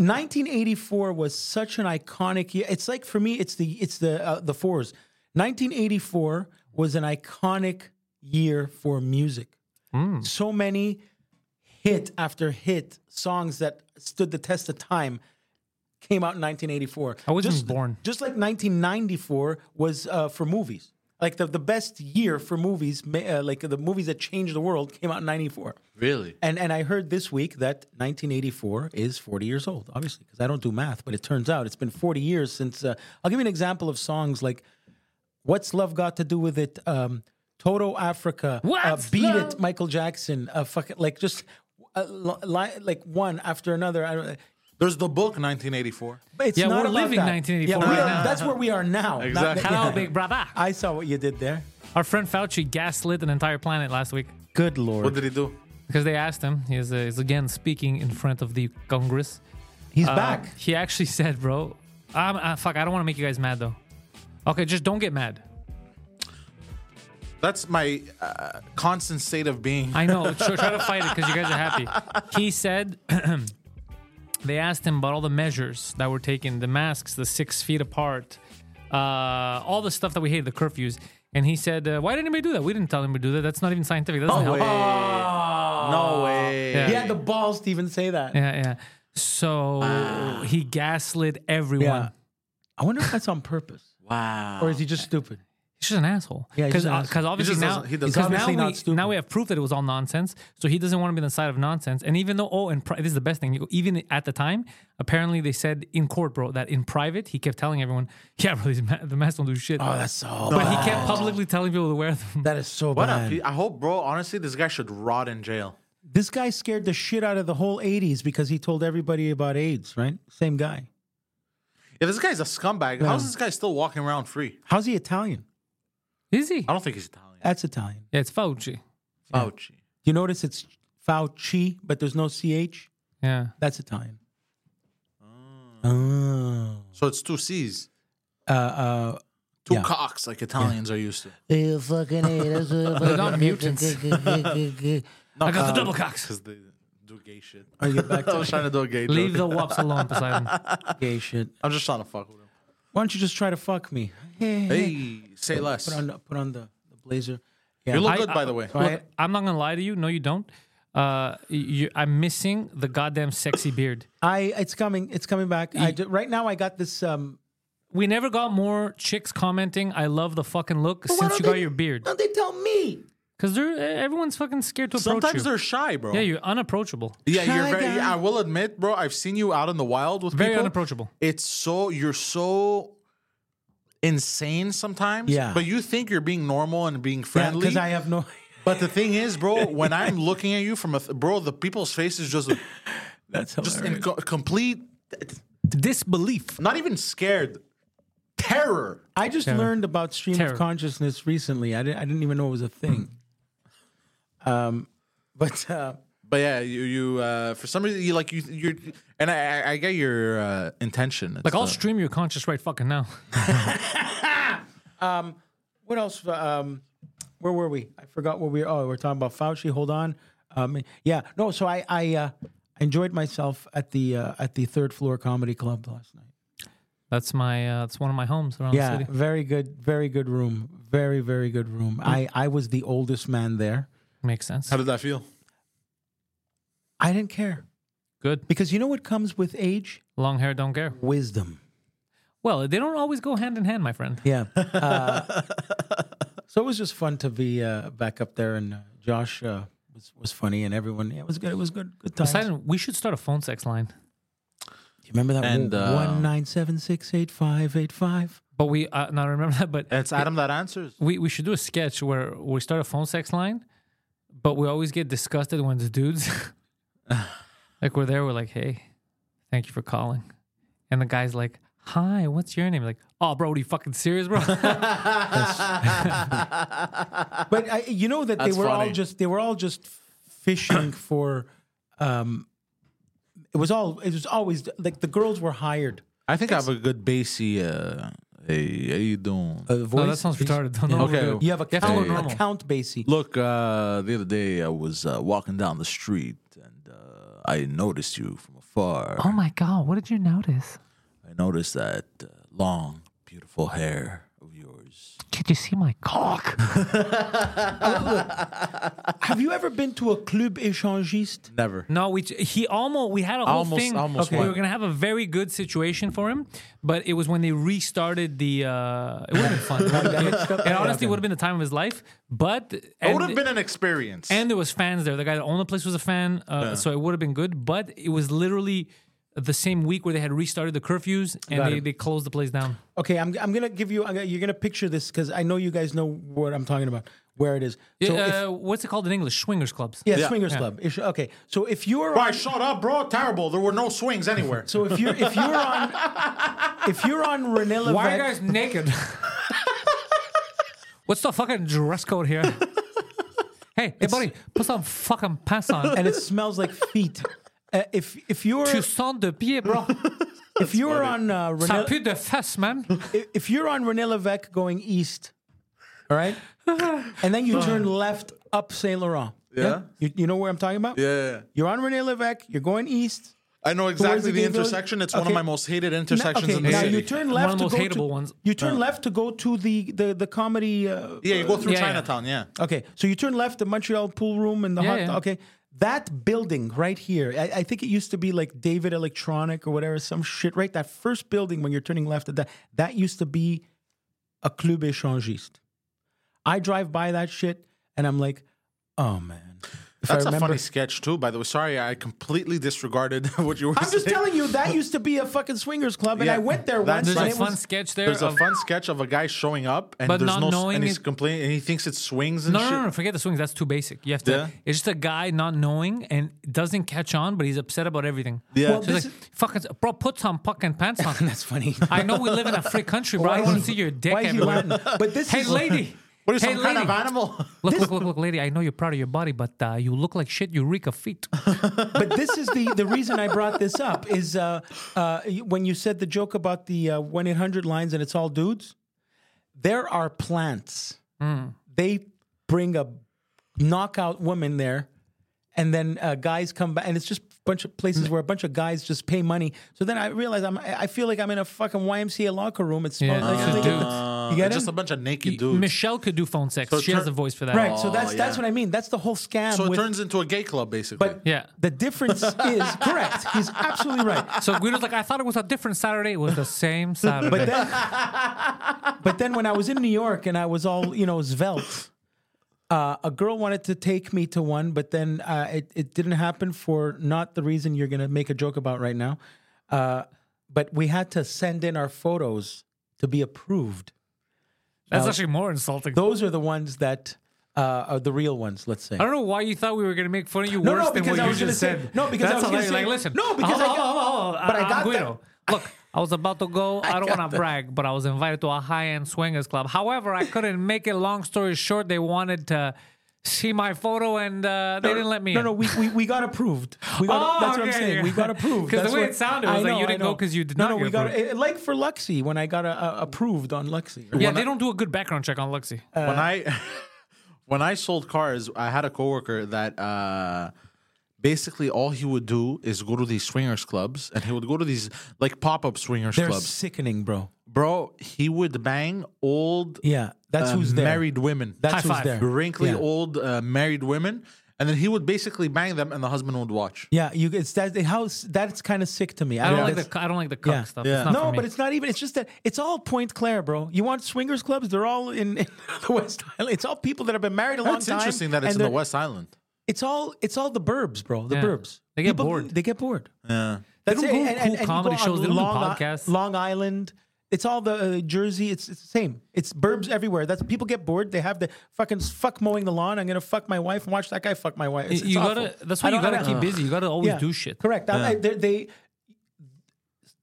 Speaker 1: 1984 was such an iconic year. It's like for me, it's the it's the uh, the fours. 1984 was an iconic year for music.
Speaker 3: Hmm.
Speaker 1: So many hit after hit songs that stood the test of time came out in 1984.
Speaker 3: I wasn't
Speaker 1: just,
Speaker 3: born.
Speaker 1: Just like 1994 was uh, for movies. Like the, the best year for movies, ma- uh, like the movies that changed the world came out in 94.
Speaker 2: Really?
Speaker 1: And and I heard this week that 1984 is 40 years old, obviously, because I don't do math, but it turns out it's been 40 years since. Uh, I'll give you an example of songs like "What's Love Got to Do with It," um, "Toto Africa," uh,
Speaker 3: What's
Speaker 1: "Beat
Speaker 3: Love-
Speaker 1: It," Michael Jackson, uh, fucking like just uh, li- like one after another. I don't,
Speaker 2: There's the book 1984.
Speaker 1: but it's
Speaker 3: Yeah,
Speaker 1: not
Speaker 3: we're
Speaker 1: about
Speaker 3: living
Speaker 1: that.
Speaker 3: 1984
Speaker 1: Yeah, we
Speaker 3: right
Speaker 1: are-
Speaker 3: now.
Speaker 1: That's where we are now. not
Speaker 2: Exactly.
Speaker 1: that-
Speaker 3: hello,
Speaker 1: yeah.
Speaker 3: big brother.
Speaker 1: I saw what you did there.
Speaker 3: Our friend Fauci gaslit an entire planet last week
Speaker 1: Good lord,
Speaker 2: What did he do?
Speaker 3: because they asked him. He's, uh, he's again speaking in front of the Congress.
Speaker 1: he's
Speaker 3: Uh,
Speaker 1: back.
Speaker 3: He actually [laughs] said, bro, I'm, uh, fuck, I don't want to make you guys mad though. Okay, just don't get mad.
Speaker 2: That's my uh, constant state of being. [laughs]
Speaker 3: I know. try, try to fight it because you guys are happy. He said [clears throat] they asked him about all the measures that were taken, the masks, the six feet apart, uh, all the stuff that we hate, the curfews. And he said, uh, "Why didn't anybody do that? We didn't tell him to do that. That's not even scientific. That doesn't
Speaker 2: no way.
Speaker 3: help."
Speaker 2: No way.
Speaker 3: Yeah.
Speaker 1: He had the balls to even say that.
Speaker 3: Yeah, yeah. So he gaslit everyone.
Speaker 1: Yeah. I wonder if that's on purpose. wow. Or is he just stupid?
Speaker 3: He's just an asshole.
Speaker 1: Yeah, he's
Speaker 3: because
Speaker 1: just an asshole.
Speaker 3: because obviously
Speaker 2: just
Speaker 3: now
Speaker 2: doesn't- he doesn't-
Speaker 3: 'cause
Speaker 1: He's obviously
Speaker 3: now
Speaker 1: not
Speaker 3: we,
Speaker 1: stupid.
Speaker 3: now we have proof that it was all nonsense. So he doesn't want to be on the side of nonsense. And even though oh, and pri- this is the best thing. Even at the time, apparently they said in court, bro, that in private he kept telling everyone, yeah, bro, these ma- the masks don't do shit.
Speaker 1: Oh, that's so.
Speaker 3: but he kept publicly telling people to wear them.
Speaker 1: That is so
Speaker 2: What
Speaker 1: bad.
Speaker 2: up? I hope, bro. Honestly, this guy should rot in jail.
Speaker 1: This guy scared the shit out of the whole 80s because he told everybody about AIDS, right? Same guy.
Speaker 2: Yeah, this guy's a scumbag. How's this guy still walking around free?
Speaker 1: How's he Italian?
Speaker 3: Is he?
Speaker 2: I don't think he's Italian.
Speaker 1: That's Italian.
Speaker 3: Yeah, it's Fauci.
Speaker 2: Fauci.
Speaker 1: You notice it's Fauci, but there's no CH?
Speaker 3: Yeah.
Speaker 1: That's Italian. Oh.
Speaker 2: So it's two C's,
Speaker 1: Uh, uh,
Speaker 2: two
Speaker 1: Yeah.
Speaker 2: cocks, like Italians are used to.
Speaker 6: You
Speaker 1: [laughs]
Speaker 6: fucking haters. They're
Speaker 3: not mutants. I got the double cocks. Oh,
Speaker 2: Because they do gay shit.
Speaker 1: I'll
Speaker 2: [laughs]
Speaker 1: get back
Speaker 2: I
Speaker 1: to
Speaker 2: was trying to do a gay
Speaker 3: Leave
Speaker 2: joke.
Speaker 3: the wops alone, Poseidon.
Speaker 1: [laughs] gay shit.
Speaker 2: I'm just trying to fuck with him.
Speaker 1: Why don't you just try to fuck me?
Speaker 2: Hey, say less.
Speaker 1: Put on, the- put on the, the blazer. Yeah.
Speaker 2: You look
Speaker 3: I-
Speaker 2: good,
Speaker 3: I-
Speaker 2: by the way.
Speaker 1: Right.
Speaker 3: Look, I'm not gonna lie to you. No, you don't. Uh, you, I'm missing the goddamn sexy beard.
Speaker 1: I, it's coming. It's coming back. I ju- right now, I got this. Um,
Speaker 3: We never got more chicks commenting. I love the fucking look since you got your beard.
Speaker 1: don't they tell me?
Speaker 3: Because they're e, everyone's fucking scared to approach
Speaker 2: Sometimes
Speaker 3: you.
Speaker 2: they're shy, bro.
Speaker 3: yeah, you're unapproachable.
Speaker 2: Yeah, you're
Speaker 1: Shy
Speaker 2: very.
Speaker 1: guy.
Speaker 2: yeah, I will admit, bro. I've seen you out in the wild with
Speaker 3: Very
Speaker 2: people.
Speaker 3: unapproachable.
Speaker 2: It's so you're so insane sometimes.
Speaker 1: Yeah.
Speaker 2: but you think you're being normal and being friendly.
Speaker 1: Because I have no. [laughs]
Speaker 2: but the thing is, bro, when I'm looking at you from a th- bro, the people's faces just
Speaker 1: That's hilarious.
Speaker 2: just in co- complete,
Speaker 3: Disbelief.
Speaker 2: not even scared, terror.
Speaker 1: I just learned about stream
Speaker 3: Terror.
Speaker 1: of consciousness recently. I didn't. I didn't even know it was a thing.
Speaker 3: Hmm.
Speaker 1: um, but uh,
Speaker 2: But yeah, you you uh, for some reason you like you you're and I I- I get your uh, intention. It's
Speaker 3: Like I'll
Speaker 2: not-
Speaker 3: stream your conscious right fucking now. [laughs]
Speaker 1: what else? Um, where were we? I forgot what we. Oh, we're talking about Fauci. Hold on. Um, yeah. No. So I I uh, enjoyed myself at the uh, at the third floor comedy club last night.
Speaker 3: That's my uh, that's one of my homes around
Speaker 1: yeah,
Speaker 3: the city.
Speaker 1: very good, very good room, very very good
Speaker 3: Hmm.
Speaker 1: room. I I was the oldest man there.
Speaker 3: Makes sense.
Speaker 2: How did that feel?
Speaker 1: I didn't care
Speaker 3: Good.
Speaker 1: because you know what comes with age?
Speaker 3: Long hair, don't care.
Speaker 1: Wisdom.
Speaker 3: Well, they don't always go hand in hand, my friend.
Speaker 1: [laughs] Yeah. Uh, so it was just fun to be uh, back up there, and uh, Josh uh, was was funny, and everyone. Yeah, it was good. It was good. Good times.
Speaker 3: Poseidon, we should start a phone sex line.
Speaker 1: you remember that
Speaker 2: And, uh,
Speaker 1: one nine seven six eight five eight five?
Speaker 3: But we uh, not remember that. But
Speaker 2: It's Adam that answers.
Speaker 3: we we should do a sketch where we start a phone sex line, but we always get disgusted when it's dudes. [laughs] like we're there, we're like, "Hey, thank you for calling," and the guy's like, "Hi, what's your name?" Like, "Oh, bro, are you fucking serious, bro?" [laughs] Oh,
Speaker 1: But I, you know that they
Speaker 2: That's
Speaker 1: were all
Speaker 2: funny.
Speaker 1: just they were all just fishing for. Um, it was all. It was always like the girls were hired.
Speaker 2: I think I have a good bassy. Uh, hey, how you doing?
Speaker 1: A voice.
Speaker 3: no, that sounds retarded. Don't know what
Speaker 2: Okay.
Speaker 3: we're doing.
Speaker 1: You have a
Speaker 3: You have to go
Speaker 1: count,
Speaker 3: normal.
Speaker 1: a count Basie.
Speaker 2: Look, uh, the other day I was uh, walking down the street and uh, I noticed you from afar.
Speaker 3: Oh my god, what did you notice?
Speaker 2: I noticed that uh, long, beautiful hair of yours.
Speaker 3: Did you see my cock?
Speaker 1: Have you ever been to a club échangiste?
Speaker 2: Never.
Speaker 3: No, we he almost we had a whole
Speaker 2: Almost-
Speaker 3: thing.
Speaker 2: almost
Speaker 3: we
Speaker 2: won.
Speaker 3: were gonna have a very good situation for him, but it was when they restarted the. Uh, it would have been fun.
Speaker 2: [laughs]
Speaker 3: It, it honestly would have been the time of his life, but
Speaker 2: It would have been an experience.
Speaker 3: And there was fans there. The guy that owned the place was a fan, uh, so it would have been good. But it was literally the same week where they had restarted the curfews and they, they closed the place down.
Speaker 1: Okay, I'm, I'm gonna give you. I'm gonna, you're gonna picture this because I know you guys know what I'm talking about, where it is. So if-
Speaker 3: uh, what's it called in English? Swingers clubs.
Speaker 1: yeah,
Speaker 2: yeah.
Speaker 1: swingers club. Ish- Okay, so if you're
Speaker 2: Why,
Speaker 1: on,
Speaker 2: shut up, bro. Terrible. There were no swings anywhere.
Speaker 1: so if you're if you're on if you're on Rene Levesque,
Speaker 3: Why are you guys naked? [laughs] What's the fucking dress code here? hey, hey, buddy, put some fucking pants on.
Speaker 1: [laughs] and it smells like feet. Uh, if if you're
Speaker 3: Tu sens de pied, bro.
Speaker 1: if you're on uh,
Speaker 3: Ça
Speaker 1: Rene,
Speaker 3: pue de fesses, man.
Speaker 1: if- if you're on Rene Levesque going east,
Speaker 2: [sighs]
Speaker 1: all right, and then you turn left up Saint Laurent. Yeah, You, you know where I'm talking
Speaker 2: [laughs]
Speaker 1: about.
Speaker 2: Yeah.
Speaker 1: you're on Rene Levesque. You're going east.
Speaker 2: I know
Speaker 1: Towards the
Speaker 2: exactly the
Speaker 1: Gainesville-
Speaker 2: intersection. It's one
Speaker 1: Okay.
Speaker 2: of my most hated
Speaker 1: No,
Speaker 2: intersections
Speaker 1: okay,
Speaker 2: in the
Speaker 1: now
Speaker 2: city.
Speaker 1: you turn
Speaker 3: One
Speaker 1: left
Speaker 3: of the
Speaker 1: to
Speaker 3: most
Speaker 1: go to,
Speaker 3: hateable ones.
Speaker 1: You turn left to go to the the the comedy. Uh,
Speaker 2: yeah, you go through
Speaker 3: Yeah, yeah.
Speaker 2: Chinatown. Yeah.
Speaker 1: okay, so you turn left the Montreal pool room and the
Speaker 3: Yeah,
Speaker 1: hot.
Speaker 3: yeah.
Speaker 1: Okay, that building right here. I, I think it used to be like David Electronic or whatever, some shit. Right, that first building when you're turning left at that that used to be a club échangiste. I drive by that shit and I'm like, oh man. If I
Speaker 2: That's a
Speaker 1: remember-
Speaker 2: funny sketch too, by the way. Sorry, I completely disregarded [laughs] what you were
Speaker 1: I'm
Speaker 2: saying.
Speaker 1: just telling you that used to be a fucking swingers club, and
Speaker 2: Yeah.
Speaker 1: I went there
Speaker 2: That's
Speaker 1: once.
Speaker 3: There's
Speaker 1: and
Speaker 3: a
Speaker 2: right.
Speaker 1: it
Speaker 3: fun
Speaker 1: was-
Speaker 3: sketch there.
Speaker 2: There's a
Speaker 3: of-
Speaker 2: fun sketch of a guy showing up and
Speaker 3: But
Speaker 2: there's
Speaker 3: not
Speaker 2: no
Speaker 3: knowing
Speaker 2: and he's
Speaker 3: it-
Speaker 2: complaining and he thinks it's swings and
Speaker 3: No,
Speaker 2: shit.
Speaker 3: no, no, no, forget the swings. That's too basic. You have to.
Speaker 2: Yeah.
Speaker 3: It's just a guy not knowing and doesn't catch on, but he's upset about everything.
Speaker 2: Yeah.
Speaker 1: Well,
Speaker 3: So he's
Speaker 1: this
Speaker 3: like, fucking, bro, put some fucking pants on.
Speaker 1: [laughs] That's funny.
Speaker 3: I know we live in a free country, bro. I
Speaker 1: Why
Speaker 3: don't want
Speaker 1: is
Speaker 3: to see
Speaker 1: he-
Speaker 3: your dick
Speaker 1: why is he
Speaker 3: everywhere.
Speaker 1: Latin? But this
Speaker 3: hey,
Speaker 1: is-
Speaker 3: lady.
Speaker 2: What is
Speaker 3: hey,
Speaker 2: some
Speaker 3: lady.
Speaker 2: kind of
Speaker 3: [laughs]
Speaker 2: animal?
Speaker 3: Look, look, look, look, lady. I know you're proud of your body, but uh, you look like shit. You reek of feet.
Speaker 1: but this is the the reason I brought this up is uh, uh, y- when you said the joke about the uh, one eight hundred lines and it's all dudes. There are plants.
Speaker 2: Hmm.
Speaker 1: They bring a knockout woman there, and then uh, guys come back, and it's just a bunch of
Speaker 2: Hmm.
Speaker 1: places where a bunch of guys just pay money. So then I realize I'm I I feel like I'm in a fucking YMCA locker room. It smells
Speaker 3: Yeah,
Speaker 1: like
Speaker 3: it's
Speaker 1: I
Speaker 3: just
Speaker 1: think it's- you get
Speaker 2: Uh, just
Speaker 1: it?
Speaker 2: a bunch of naked dudes.
Speaker 3: Michelle could do phone sex.
Speaker 2: So
Speaker 3: she
Speaker 2: turn-
Speaker 3: has a voice for that.
Speaker 1: right. so
Speaker 2: Oh,
Speaker 1: that's
Speaker 2: yeah.
Speaker 1: that's what I mean. That's the whole scam.
Speaker 2: so it
Speaker 1: with,
Speaker 2: turns into a gay club basically.
Speaker 1: but
Speaker 3: Yeah.
Speaker 1: the difference is correct. He's absolutely
Speaker 2: [laughs]
Speaker 1: right.
Speaker 3: So Guido's like, I thought it was a different Saturday. It was the same Saturday.
Speaker 1: [laughs] But then, but then when I was in New York and I was all you know svelte, uh, a girl wanted to take me to one, but then uh, it it didn't happen for not the reason you're gonna make a joke about right now. Uh, but we had to send in our photos to be approved.
Speaker 3: that's actually more insulting.
Speaker 1: Those are the ones that uh, are the real ones. Let's say.
Speaker 3: I don't know why you thought we were going to make fun of you
Speaker 1: No,
Speaker 3: worse
Speaker 1: no,
Speaker 3: than
Speaker 1: because
Speaker 3: what
Speaker 1: I
Speaker 3: you
Speaker 1: was gonna
Speaker 3: just
Speaker 1: say-
Speaker 3: said.
Speaker 1: no, because I
Speaker 3: That's
Speaker 1: was gonna
Speaker 3: hilarious.
Speaker 1: say-
Speaker 3: like, listen. Oh,
Speaker 1: no, because
Speaker 3: hold
Speaker 1: I
Speaker 3: on,
Speaker 1: got-
Speaker 3: hold on, hold on.
Speaker 1: but I
Speaker 3: I'm
Speaker 1: got
Speaker 3: uh, Guido. Look, I was about to
Speaker 1: [laughs]
Speaker 3: go. I, don't want to brag, but I was invited to a high-end swingers club. However, I couldn't make it. Long story short, they wanted to see my photo and uh, they didn't let me.
Speaker 1: No,
Speaker 3: in.
Speaker 1: no, we, we, we got approved. We got,
Speaker 3: Oh,
Speaker 1: that's what
Speaker 3: okay,
Speaker 1: I'm saying. We
Speaker 3: yeah.
Speaker 1: got
Speaker 3: 'Cause
Speaker 1: approved.
Speaker 3: the
Speaker 1: That's
Speaker 3: way
Speaker 1: what-
Speaker 3: it sounded was
Speaker 1: I
Speaker 3: like you
Speaker 1: I
Speaker 3: didn't go 'cause you did
Speaker 1: no,
Speaker 3: not
Speaker 1: No,
Speaker 3: get
Speaker 1: we got
Speaker 3: approved.
Speaker 1: it, like for Luxy when I got uh, uh, approved on Luxy.
Speaker 3: Yeah, they don't do a good background check on Luxy.
Speaker 1: Uh,
Speaker 2: [laughs] when I when I sold cars, I had a coworker that uh, basically all he would do is go to these swingers clubs and he would go to these like pop up swingers
Speaker 1: They're
Speaker 2: clubs.
Speaker 1: sickening, bro.
Speaker 2: Bro, he would bang old
Speaker 1: Yeah, that's
Speaker 2: uh,
Speaker 1: who's there.
Speaker 2: married women.
Speaker 1: Um, That's who's there.
Speaker 2: Wrinkly
Speaker 1: Yeah.
Speaker 2: old uh, married women. And then he would basically bang them and the husband would watch.
Speaker 1: Yeah, you. It's that. How s- that's kind of sick to me.
Speaker 3: I don't
Speaker 1: know,
Speaker 3: like the
Speaker 1: that's-
Speaker 3: cu- I don't like the cuck
Speaker 1: Yeah.
Speaker 3: stuff.
Speaker 2: Yeah.
Speaker 3: It's not for
Speaker 1: no,
Speaker 3: me.
Speaker 1: but it's not even. It's just that it's all Point Claire, bro. You want swingers clubs? They're all in, [laughs] in the West Island. It's all people that have been married a long
Speaker 2: That's
Speaker 1: time.
Speaker 2: interesting that
Speaker 1: and
Speaker 2: it's in the
Speaker 1: they're-
Speaker 2: West Island.
Speaker 1: It's all. It's all the burbs, bro. The
Speaker 3: Yeah.
Speaker 1: burbs.
Speaker 3: They get
Speaker 1: People-
Speaker 3: bored.
Speaker 1: They get bored.
Speaker 2: Yeah.
Speaker 1: That's
Speaker 3: don't
Speaker 1: it.
Speaker 3: do
Speaker 1: And- and-
Speaker 3: cool
Speaker 1: and you
Speaker 3: comedy
Speaker 1: go on
Speaker 3: shows. They don't do
Speaker 1: Long, I-
Speaker 3: podcasts.
Speaker 1: Long Island. It's all the uh, Jersey. It's it's the same. It's burbs everywhere. That's people get bored. They have the fucking fuck mowing the lawn. I'm gonna fuck my wife and watch that guy fuck my wife. It's,
Speaker 3: You-
Speaker 1: it's
Speaker 3: you
Speaker 1: awful.
Speaker 3: gotta. That's
Speaker 1: I
Speaker 3: why you
Speaker 1: don't- I
Speaker 3: gotta
Speaker 1: don't-
Speaker 3: keep busy. You gotta always
Speaker 1: Yeah,
Speaker 3: do shit.
Speaker 1: Correct. I- I- they they-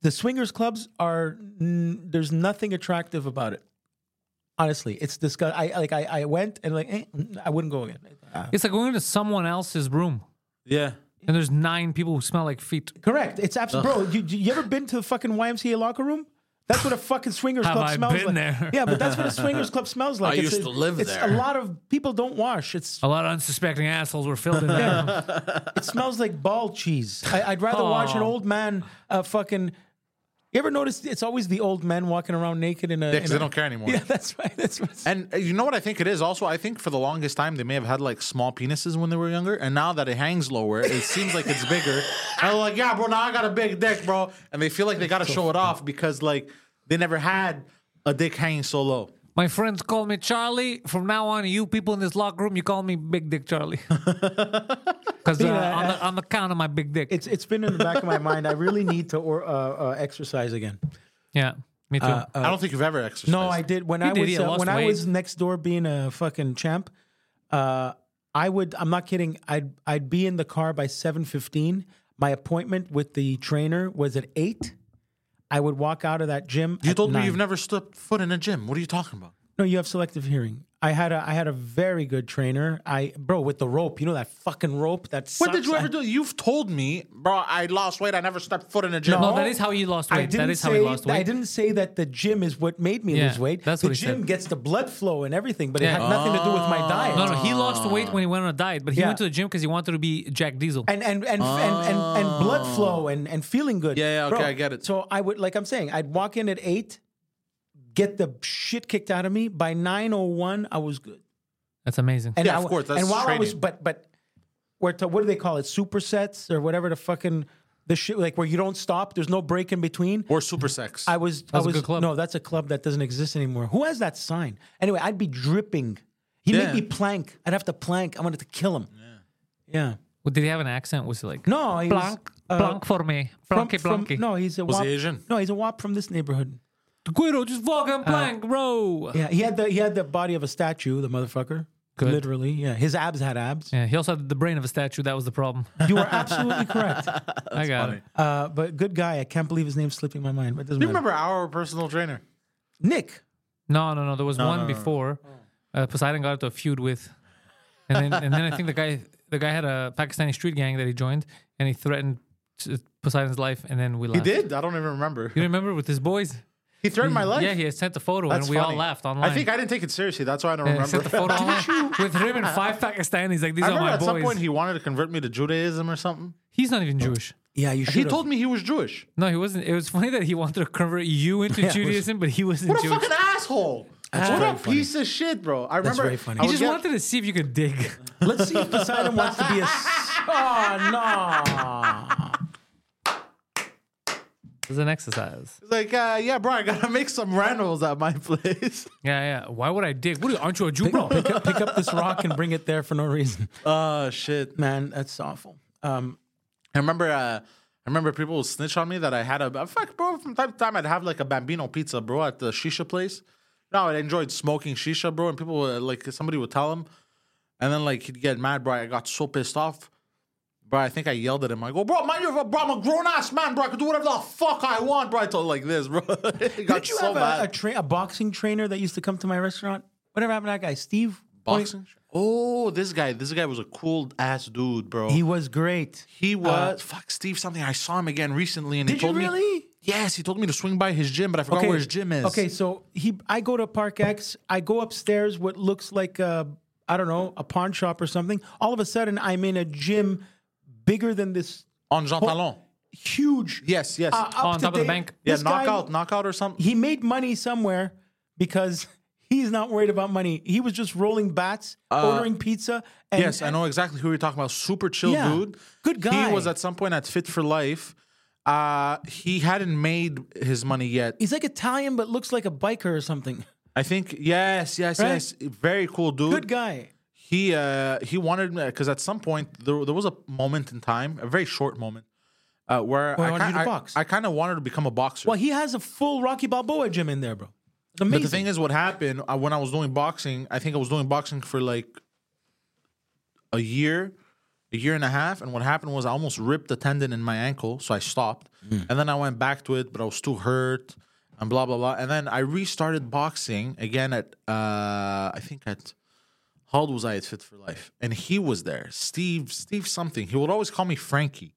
Speaker 1: the swingers clubs are n- there's nothing attractive about it. Honestly, it's disgust. I like I, I went and like eh, mm, I wouldn't go again.
Speaker 3: It's like going to someone else's room
Speaker 2: Yeah.
Speaker 3: and there's nine people who smell like feet.
Speaker 1: Correct. It's absolutely bro. You, you ever been to the fucking YMCA locker room? That's what a fucking swingers
Speaker 3: Have
Speaker 1: club
Speaker 3: I
Speaker 1: smells
Speaker 3: been
Speaker 1: like.
Speaker 3: there?
Speaker 1: Yeah, but that's what a swingers club smells
Speaker 2: [laughs]
Speaker 1: like.
Speaker 2: I used to live
Speaker 1: it's
Speaker 2: there.
Speaker 1: A lot of people don't wash. It's
Speaker 3: A lot of unsuspecting assholes were filled in there.
Speaker 1: it smells like ball cheese. I, I'd rather watch an
Speaker 3: Aw.
Speaker 1: old man uh, fucking. You ever notice it's always the old men walking around naked in a.
Speaker 2: Because
Speaker 1: in
Speaker 2: they
Speaker 1: a-
Speaker 2: don't care anymore.
Speaker 1: [laughs] Yeah, that's right. That's right.
Speaker 2: And uh, you know what I think it is also? I think for the longest time they may have had like small penises when they were younger. And now that it hangs lower, it seems like it's
Speaker 1: [laughs]
Speaker 2: bigger. And they're like, yeah, bro, now I got a big dick, bro. And they feel like they got to show it off because like they never had a dick hanging so low.
Speaker 3: My friends call me Charlie. From now on, you people in this locker room, you call me Big Dick
Speaker 1: [laughs]
Speaker 3: Charlie. Because uh,
Speaker 1: Yeah.
Speaker 3: on, the- on the count of my big dick.
Speaker 1: It's it's been in the back of my mind. I really need to or, uh, uh, exercise again.
Speaker 3: yeah, me too.
Speaker 1: uh,
Speaker 2: I don't think you've ever exercised.
Speaker 1: No, I did when I
Speaker 3: did,
Speaker 1: was
Speaker 3: yeah,
Speaker 1: uh,
Speaker 3: lost
Speaker 1: when I
Speaker 3: weight.
Speaker 1: was next door being a fucking champ. Uh, I would. I'm not kidding. I'd I'd be in the car by seven fifteen. My appointment with the trainer was at eight. I would walk out of that gym.
Speaker 2: You
Speaker 1: at
Speaker 2: told me
Speaker 1: nine.
Speaker 2: you've never stepped foot in a gym. What are you talking about?
Speaker 1: No, you have selective hearing. I had a I had a very good trainer. I bro with the rope. You know that fucking rope. That
Speaker 2: What
Speaker 1: sucks.
Speaker 2: did you
Speaker 1: I-
Speaker 2: ever do? You've told me, bro, I lost weight. I never stepped foot in a gym.
Speaker 3: no, that is how he lost
Speaker 1: oh. I
Speaker 3: weight.
Speaker 1: didn't
Speaker 3: That is
Speaker 1: say
Speaker 3: how he lost weight.
Speaker 1: I didn't say that the gym is what made me
Speaker 3: Yeah,
Speaker 1: lose weight.
Speaker 3: that's
Speaker 1: the
Speaker 3: what he said.
Speaker 1: gym gets the blood flow and everything, but it
Speaker 3: Yeah.
Speaker 1: had nothing to do with
Speaker 2: Oh.
Speaker 1: my diet.
Speaker 3: No, no, he lost weight when he went on a diet, but he
Speaker 1: Oh. Yeah.
Speaker 3: went to the gym because he wanted to be Jack Diesel.
Speaker 1: and and and, and and and blood flow and and feeling good.
Speaker 2: Oh. Yeah, yeah, okay,
Speaker 1: Bro,
Speaker 2: I get it.
Speaker 1: So I would like I'm saying I'd walk in at eight, get the shit kicked out of me. By nine oh one, I was good.
Speaker 3: That's amazing.
Speaker 1: And
Speaker 2: Yeah,
Speaker 1: I
Speaker 2: of
Speaker 1: wa-
Speaker 2: course, that's
Speaker 1: and while I was,
Speaker 2: training.
Speaker 1: but but where to, what do they call it? Supersets or whatever the fucking the shit like where you don't stop. There's no break in between.
Speaker 2: Or super sex.
Speaker 1: I was I
Speaker 3: That's a
Speaker 1: was
Speaker 3: good club.
Speaker 1: no, that's a club that doesn't exist anymore. Who has that sign? Anyway, I'd be dripping. He would
Speaker 2: Yeah.
Speaker 1: made me plank. I'd have to plank. I wanted to kill him. Yeah.
Speaker 3: Well, did he have an accent? Was he like
Speaker 1: No, he was,
Speaker 3: blank,
Speaker 1: uh,
Speaker 3: blank for me,
Speaker 1: From-
Speaker 3: blanky,
Speaker 1: from-
Speaker 3: blanky"?
Speaker 1: no, he's a
Speaker 2: Was
Speaker 1: wop.
Speaker 2: he Asian?
Speaker 1: No, he's a wop from this neighborhood.
Speaker 3: Guido, just fucking blank, bro.
Speaker 1: Yeah, he had the he had the body of a statue, the motherfucker.
Speaker 3: Good.
Speaker 1: Literally, yeah. His abs had abs.
Speaker 3: Yeah, he also had the brain of a statue. That was
Speaker 2: [laughs]
Speaker 3: the problem.
Speaker 1: You are absolutely
Speaker 3: [laughs]
Speaker 1: correct.
Speaker 3: I got it.
Speaker 1: Uh, but good guy. I can't believe his name's slipping my mind. But it doesn't
Speaker 2: you
Speaker 1: matter.
Speaker 2: remember our personal trainer?
Speaker 1: Nick?
Speaker 3: No, no, no. There was one before. Uh, Poseidon got into a feud with, and then and then I think the guy the guy had a Pakistani street gang that he joined, and he threatened to- Poseidon's life, and then we
Speaker 2: He
Speaker 3: laughed.
Speaker 2: did? I don't even remember.
Speaker 3: You remember with his boys?
Speaker 2: He threatened my life.
Speaker 3: Yeah, he had sent a photo,
Speaker 2: That's
Speaker 3: and we all
Speaker 2: funny.
Speaker 3: laughed online.
Speaker 2: I think I didn't take it seriously. That's why I don't
Speaker 3: Yeah, he
Speaker 2: remember.
Speaker 3: sent
Speaker 2: [laughs]
Speaker 3: the photo online with him and five Pakistanis. Like these
Speaker 2: I
Speaker 3: are
Speaker 2: remember
Speaker 3: my
Speaker 2: at
Speaker 3: boys.
Speaker 2: some point he wanted to convert me to Judaism or something.
Speaker 3: He's not even Jewish.
Speaker 1: Yeah, you should.
Speaker 2: He told me he was Jewish.
Speaker 3: No, he wasn't. It was funny that he wanted to convert you into
Speaker 1: Yeah, it was-
Speaker 3: Judaism, but he wasn't
Speaker 2: What a
Speaker 3: Jewish.
Speaker 2: fucking asshole! what
Speaker 1: very
Speaker 2: a
Speaker 1: funny.
Speaker 2: piece of shit, bro! I remember.
Speaker 1: very funny.
Speaker 2: I
Speaker 3: He
Speaker 2: would
Speaker 3: just
Speaker 2: get-
Speaker 3: wanted to see if you could dig.
Speaker 1: Let's see if Poseidon wants to be
Speaker 2: [laughs]
Speaker 1: a. s- Oh no!
Speaker 3: It was an exercise.
Speaker 2: like, uh, yeah, bro, I gotta [laughs] make some rentals at my [laughs] place.
Speaker 3: Yeah, yeah. Why would I dig? What are you, aren't you a Jew,
Speaker 1: Pick,
Speaker 3: bro?
Speaker 1: pick up, pick up this rock and bring it there for no reason.
Speaker 2: Oh shit!
Speaker 1: Man, that's awful. Um,
Speaker 2: I remember. Uh, I remember people would snitch on me that I had a uh, fuck, bro. From time to time, I'd have like a bambino pizza, bro, at the shisha place. No, I enjoyed smoking shisha, bro, and people would, like somebody would tell him, and then like he'd get mad, bro. I got so pissed off, bro. I think I yelled at him. I go, bro, man, you're a bro. I'm a grown ass man, bro. I can do whatever the fuck I want, bro. I told him like this, bro. [laughs] It got
Speaker 1: did you
Speaker 2: so
Speaker 1: have
Speaker 2: mad.
Speaker 1: a a, tra- a boxing trainer that used to come to my restaurant? Whatever happened to that guy, Steve?
Speaker 2: boxing? Oh, this guy, this guy was a cool ass dude, bro.
Speaker 1: He
Speaker 2: He,
Speaker 1: was great.
Speaker 2: was fuck Steve something. I saw him again recently, and he
Speaker 1: Did you
Speaker 2: told me.
Speaker 1: really?
Speaker 2: Yes, he told me to swing by his gym, but I forgot where his gym is.
Speaker 1: Okay, so he, I go to Park X. I go upstairs, what looks like I I don't know, a pawn shop or something. All of a sudden, I'm in a gym bigger than this
Speaker 2: on Jean
Speaker 1: Oh,
Speaker 2: Talon.
Speaker 1: huge.
Speaker 2: Yes, yes.
Speaker 1: uh, up
Speaker 3: On
Speaker 1: to
Speaker 3: top of the
Speaker 1: date-
Speaker 3: bank.
Speaker 2: yeah,
Speaker 1: this guy-
Speaker 2: knockout, knockout or something.
Speaker 1: He made money somewhere because [laughs] he's not worried about money. He was just rolling bats, ordering pizza. And,
Speaker 2: Uh, Yes, I know exactly who you're talking about. Super chill
Speaker 1: Yeah.
Speaker 2: dude.
Speaker 1: Good guy.
Speaker 2: He was at some point at Fit for Life. Uh, he hadn't made his money yet.
Speaker 1: He's like Italian, but looks like a biker or something.
Speaker 2: I think yes, yes,
Speaker 1: Right?
Speaker 2: yes. Very cool dude.
Speaker 1: Good guy.
Speaker 2: he uh he wanted because at some point there, there was a moment in time a very short moment uh where
Speaker 1: Where I
Speaker 2: I,
Speaker 1: wanted
Speaker 2: kind
Speaker 1: you to
Speaker 2: I,
Speaker 1: box.
Speaker 2: I kind of wanted to become a boxer
Speaker 1: Well, he has a full Rocky Balboa gym in there, bro. It's
Speaker 2: but
Speaker 1: amazing.
Speaker 2: the thing is what happened uh, when i was doing boxing i think i was doing boxing for like a year a year and a half and what happened was i almost ripped a tendon in my ankle so i stopped and then i went back to it but i was too hurt and blah blah blah and then i restarted boxing again at uh i think at how old was I at Fit for Life? And he was there. Steve, Steve something. He would always call me Frankie.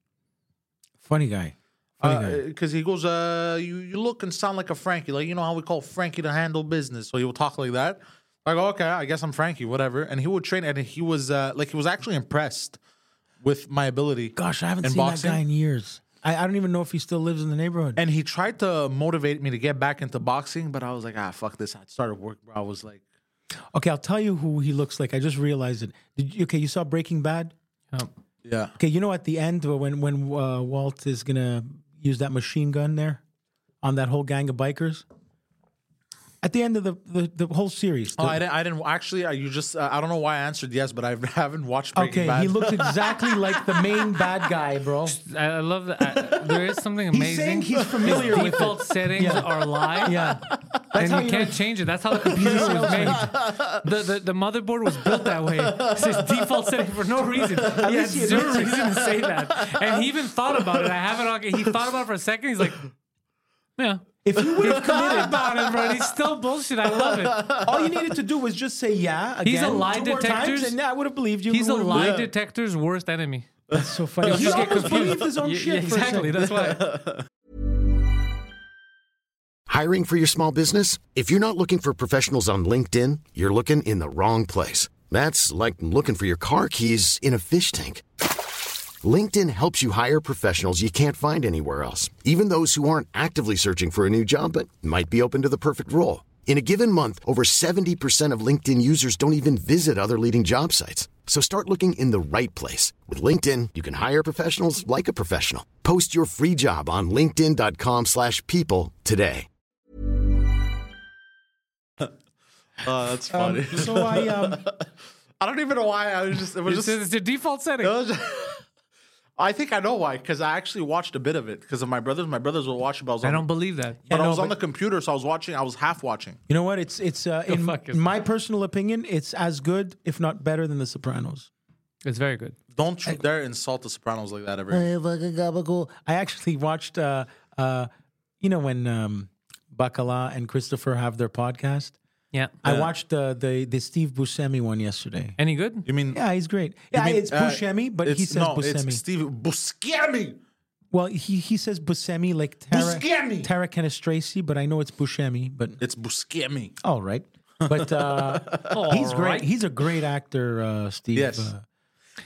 Speaker 1: funny guy.
Speaker 2: Because Uh, he goes, uh, you, you look and sound like a Frankie. Like, you know how we call Frankie to handle business. So he would talk like that. I go, okay, I guess I'm Frankie, whatever. And he would train. And he was, uh, like, he was actually impressed with my ability.
Speaker 1: Gosh, I haven't
Speaker 2: in
Speaker 1: seen
Speaker 2: boxing.
Speaker 1: that guy in years. I, I don't even know if he still lives in the neighborhood.
Speaker 2: And he tried to motivate me to get back into boxing, but I was like, ah, fuck this. I started work, bro. I was like,
Speaker 1: okay, I'll tell you who he looks like. I just realized it. Did you, okay, you saw Breaking Bad?
Speaker 3: Um,
Speaker 2: yeah.
Speaker 1: Okay, you know at the end when when uh, Walt is gonna use that machine gun there on that whole gang of bikers. At the end of the the, the whole series,
Speaker 2: Oh,
Speaker 1: the-
Speaker 2: I didn't. I didn't actually. Uh, you just. Uh, I don't know why I answered yes, but I [laughs] haven't watched. Breaking
Speaker 1: okay,
Speaker 2: Bad.
Speaker 1: he
Speaker 2: [laughs]
Speaker 1: looks exactly like the main bad guy, bro.
Speaker 3: I, I love that. I, there is something
Speaker 1: He's
Speaker 3: amazing.
Speaker 1: saying he's [laughs]
Speaker 3: His
Speaker 1: familiar with it.
Speaker 3: default settings are live.
Speaker 1: Yeah,
Speaker 3: and
Speaker 1: how
Speaker 3: you
Speaker 1: you
Speaker 3: can't
Speaker 1: know-
Speaker 3: change it. That's how the computer was made.
Speaker 1: [laughs]
Speaker 3: The, the the motherboard was built that way. It's his default setting for no reason. He had
Speaker 1: least he
Speaker 3: zero
Speaker 1: admits it.
Speaker 3: reason to say that, and he even thought about it. I have it on. He thought about it for a second. He's like, yeah.
Speaker 1: If you would
Speaker 3: [laughs]
Speaker 1: have
Speaker 3: Thought
Speaker 1: committed,
Speaker 3: about it, bro. and He's still bullshit. I love it.
Speaker 1: all you needed to do was just say yeah again.
Speaker 3: He's a lie
Speaker 1: two more
Speaker 3: detector's-
Speaker 1: times, and yeah, I would have believed you.
Speaker 3: He's a
Speaker 1: Would've-
Speaker 3: lie detector's worst enemy.
Speaker 1: That's so funny.
Speaker 3: He'll
Speaker 1: He
Speaker 3: just get
Speaker 1: almost
Speaker 3: confused.
Speaker 1: believed his own
Speaker 3: Yeah,
Speaker 1: shit.
Speaker 3: yeah,
Speaker 1: for a
Speaker 3: exactly.
Speaker 1: second.
Speaker 3: That's why.
Speaker 1: [laughs]
Speaker 7: Hiring for your small business? If you're not looking for professionals on LinkedIn, you're looking in the wrong place. That's like looking for your car keys in a fish tank. LinkedIn helps you hire professionals you can't find anywhere else, even those who aren't actively searching for a new job but might be open to the perfect role. In a given month, over 70% of LinkedIn users don't even visit other leading job sites. So start looking in the right place. With LinkedIn, you can hire professionals like a professional. Post your free job on linkedin.com/people slash people today.
Speaker 2: Oh, that's funny.
Speaker 1: Um, so I um,
Speaker 2: I don't even know why. I was just. It was
Speaker 3: It's,
Speaker 2: just.
Speaker 3: it's their default setting.
Speaker 1: Oh.
Speaker 2: It was- [laughs] I think I know why, because I actually watched a bit of it because of my brothers. My brothers were watching, but I was
Speaker 3: I
Speaker 2: on,
Speaker 3: don't believe that.
Speaker 2: but I was on the computer, so I was watching. I was half watching.
Speaker 1: [laughs] you know what? It's it's uh, in,
Speaker 3: fuck is-
Speaker 1: in my personal opinion, it's as good, if not better, than The Sopranos.
Speaker 3: It's very good.
Speaker 2: Don't you dare insult the Sopranos like that ever.
Speaker 6: Hey, fucking gabagool.
Speaker 1: I actually watched, uh, uh, you know, when um, Bacala and Christopher have their podcast.
Speaker 3: Yeah.
Speaker 1: I watched uh, the the Steve Buscemi one yesterday.
Speaker 3: Any good?
Speaker 2: You mean?
Speaker 1: Yeah, he's great. Yeah,
Speaker 2: mean,
Speaker 1: it's
Speaker 2: uh,
Speaker 1: Buscemi, but he
Speaker 2: it's-
Speaker 1: says
Speaker 2: no,
Speaker 1: Buscemi.
Speaker 2: It's Steve Buscemi.
Speaker 1: well, he he says Buscemi like Tara
Speaker 2: Buscemi!
Speaker 1: Tara Canestraci, but I know it's Buscemi. But
Speaker 2: It's Buscemi.
Speaker 1: all right,
Speaker 3: [laughs]
Speaker 1: but uh, he's great.
Speaker 3: right.
Speaker 1: He's a great actor, uh, Steve.
Speaker 2: Yes.
Speaker 1: Uh,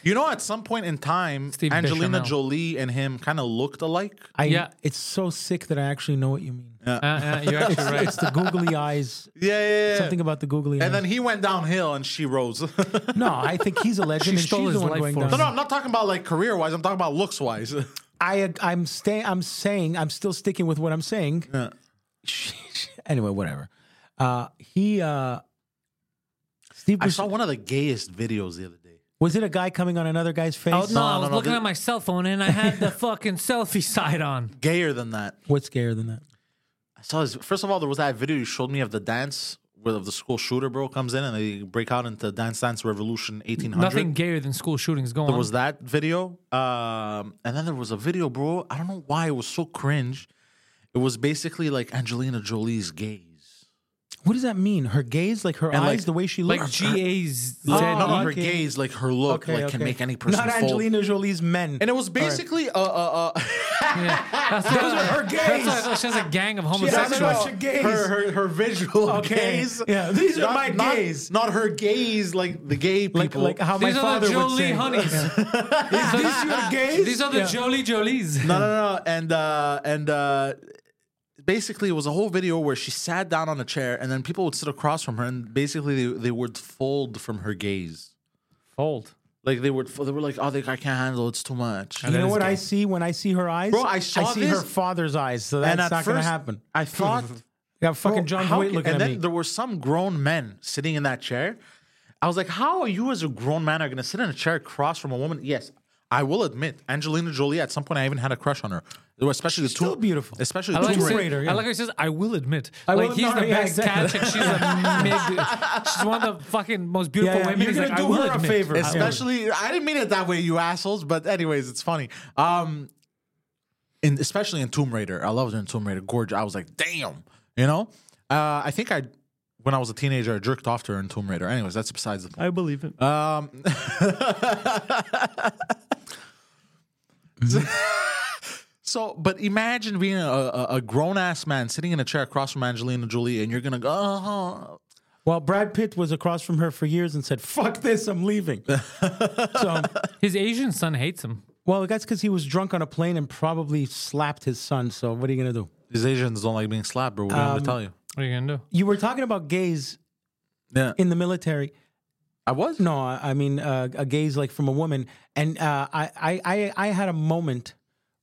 Speaker 2: You know, at some point in time,
Speaker 3: Steve
Speaker 2: Angelina
Speaker 3: Bechamel.
Speaker 2: Jolie and him kind of looked alike.
Speaker 1: I
Speaker 3: Yeah.
Speaker 1: it's so sick that I actually know what you mean.
Speaker 3: Uh, uh,
Speaker 1: [laughs]
Speaker 3: you're actually right.
Speaker 1: It's the googly eyes.
Speaker 2: [laughs] Yeah, yeah, yeah.
Speaker 1: Something about the googly eyes.
Speaker 2: and then he went downhill, and she rose. [laughs] no,
Speaker 1: no, I think he's
Speaker 3: [laughs]
Speaker 1: a legend.
Speaker 3: She
Speaker 1: and
Speaker 3: stole
Speaker 1: she's
Speaker 3: his
Speaker 1: the one
Speaker 3: life
Speaker 1: going
Speaker 3: force.
Speaker 1: down.
Speaker 3: No,
Speaker 2: no, I'm not talking about like career wise. I'm talking about looks wise.
Speaker 1: I uh, I'm staying. I'm saying. I'm still sticking with what I'm saying. [laughs] anyway, whatever. Uh, he uh, Steve
Speaker 2: I
Speaker 1: was,
Speaker 2: saw one of the gayest videos the other day.
Speaker 1: was it a guy coming on another guy's face?
Speaker 3: Oh no, I was
Speaker 2: no,
Speaker 3: looking
Speaker 2: the-
Speaker 3: at my cell phone and I had [laughs] the fucking selfie side on.
Speaker 2: Gayer than that.
Speaker 1: What's gayer than that?
Speaker 2: I saw his, first of all, there was that video you showed me of the dance where of the school shooter bro comes in and they break out into Dance Dance Revolution 1800.
Speaker 3: Nothing gayer than school shootings going.
Speaker 2: There was that video. Um, and then there was a video, bro. I don't know why it was so cringe. It was basically like Angelina Jolie's gaze.
Speaker 1: What does that mean? Her gaze, like her
Speaker 2: And,
Speaker 1: eyes,
Speaker 2: like-
Speaker 1: the way she looks. [laughs]
Speaker 3: like GA's.
Speaker 2: Like,
Speaker 1: Oh,
Speaker 2: no, no, her
Speaker 1: okay.
Speaker 2: gaze, like her look,
Speaker 1: Okay,
Speaker 2: like can
Speaker 1: okay.
Speaker 2: make any person
Speaker 1: Not
Speaker 2: fold.
Speaker 1: Angelina Jolie's men.
Speaker 2: And it was basically uh uh uh
Speaker 1: Those are her
Speaker 3: That's why I
Speaker 1: gays.
Speaker 3: thought she has a gang of
Speaker 1: She has a
Speaker 3: homosexuals.
Speaker 1: bunch of gays.
Speaker 2: Her, her her visual
Speaker 1: Okay.
Speaker 2: gaze.
Speaker 1: Yeah, these are my
Speaker 2: not-
Speaker 1: gays.
Speaker 2: Not, her gays, like the gay people.
Speaker 1: like, like how
Speaker 3: These
Speaker 1: my
Speaker 3: are the
Speaker 1: father would
Speaker 3: Jolie
Speaker 1: say.
Speaker 3: honeys.
Speaker 1: [laughs] Is this
Speaker 2: [laughs]
Speaker 1: your gays?
Speaker 3: These are the
Speaker 1: Yeah.
Speaker 3: Jolie Jolies.
Speaker 2: no, no, no. And uh, and uh, basically, it was a whole video where she sat down on a chair, and then people would sit across from her, and basically they, they would fold from her gaze.
Speaker 3: Fold.
Speaker 2: Like they would, they were like, "Oh, they, I can't handle. it, It's too much."
Speaker 1: You
Speaker 3: That
Speaker 1: know
Speaker 3: is
Speaker 1: what I
Speaker 3: gay.
Speaker 1: see when I see her eyes?
Speaker 2: Bro, I saw
Speaker 1: see
Speaker 2: this-
Speaker 1: her father's eyes, so that's
Speaker 2: and at
Speaker 1: not gonna
Speaker 2: first,
Speaker 1: happen. [laughs]
Speaker 2: I thought
Speaker 1: You got fucking John
Speaker 2: how
Speaker 1: Voight
Speaker 2: ca-
Speaker 1: looking
Speaker 2: and
Speaker 1: at
Speaker 2: then
Speaker 1: me.
Speaker 2: there were some grown men sitting in that chair. I was like, how are you as a grown man are going to sit in a chair across from a woman? Yes, I will admit, Angelina Jolie. At some point, I even had a crush on her. There were Especially the two,
Speaker 1: still beautiful.
Speaker 2: Especially
Speaker 3: I
Speaker 2: the
Speaker 3: like,
Speaker 2: two.
Speaker 3: how
Speaker 1: Tomb
Speaker 3: he said-
Speaker 1: Raider, yeah.
Speaker 3: I like how he says, I will admit.
Speaker 1: I
Speaker 3: like,
Speaker 1: will-
Speaker 3: he's
Speaker 1: no,
Speaker 3: the
Speaker 1: [laughs] yeah,
Speaker 3: best
Speaker 1: exactly.
Speaker 3: catch, and she's
Speaker 1: [laughs]
Speaker 3: a mid. She's one of the fucking most beautiful
Speaker 1: Yeah, yeah.
Speaker 3: women.
Speaker 1: You're
Speaker 3: He's
Speaker 1: gonna
Speaker 3: like,
Speaker 1: do
Speaker 3: I will
Speaker 1: her a
Speaker 3: admit.
Speaker 1: favor. Yeah.
Speaker 2: Especially, I didn't mean it that way, you assholes. But anyways, it's funny. Um, in especially in Tomb Raider, I loved her in Tomb Raider. Gorgeous. I was like, damn. You know, uh, I think I, when I was a teenager, I jerked off to her in Tomb Raider. Anyways, that's besides the point.
Speaker 3: I believe it.
Speaker 2: Um, so, but imagine being a, a, a grown ass man sitting in a chair across from Angelina Jolie, and you're gonna go, oh,
Speaker 1: Well, Brad Pitt was across from her for years and said, "Fuck this,
Speaker 2: [laughs]
Speaker 1: I'm leaving." [laughs] so,
Speaker 3: His Asian son hates him.
Speaker 1: well, that's because he was drunk on a plane and probably slapped his son. So, what are you gonna do?
Speaker 2: these Asians don't like being slapped, bro. What do you want me
Speaker 3: Um,
Speaker 2: to tell you?
Speaker 3: What are you gonna do?
Speaker 1: You were talking about gays
Speaker 2: Yeah,
Speaker 1: in the military.
Speaker 2: I was.
Speaker 1: No, I I mean uh, a gaze like from a woman, and uh, I, I I I had a moment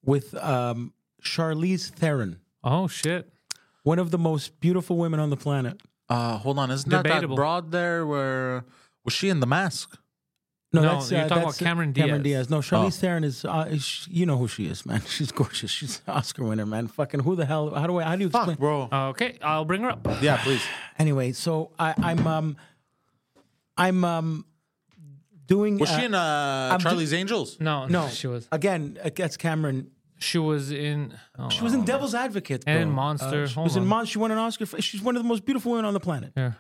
Speaker 1: with um, Charlize Theron,
Speaker 3: Oh shit!
Speaker 1: one of the most beautiful women on the planet.
Speaker 2: Uh, hold on, isn't that, that
Speaker 3: Debatable.
Speaker 2: broad there? Where was she in the mask?
Speaker 1: No,
Speaker 3: No,
Speaker 1: that's,
Speaker 3: you're
Speaker 1: uh,
Speaker 3: talking about
Speaker 1: that's
Speaker 3: Cameron
Speaker 1: Cameron
Speaker 3: Diaz.
Speaker 1: Diaz. No, Charlize
Speaker 2: Oh.
Speaker 1: Theron is. Uh, is she- you know who she is, man. [laughs] She's gorgeous. She's an Oscar winner, man. Fucking who the hell? How do I? How do you explain?
Speaker 2: Fuck,
Speaker 3: [laughs]
Speaker 2: bro.
Speaker 3: Okay, I'll bring her up.
Speaker 2: yeah, please.
Speaker 1: Anyway, so I, I'm um, I'm um, doing.
Speaker 2: Was
Speaker 1: uh,
Speaker 2: she in uh,
Speaker 1: ju-
Speaker 2: Charlie's Angels?
Speaker 3: No, no,
Speaker 1: No,
Speaker 3: she was.
Speaker 1: again. uh, That's Cameron.
Speaker 3: She was in. Oh,
Speaker 1: She was in Devil's Advocate
Speaker 3: And
Speaker 1: bro.
Speaker 3: in Monster.
Speaker 1: Uh, she
Speaker 3: Hold
Speaker 1: was in
Speaker 3: on.
Speaker 1: Monster. She won an Oscar. For, she's one of the most beautiful women on the planet.
Speaker 3: Here.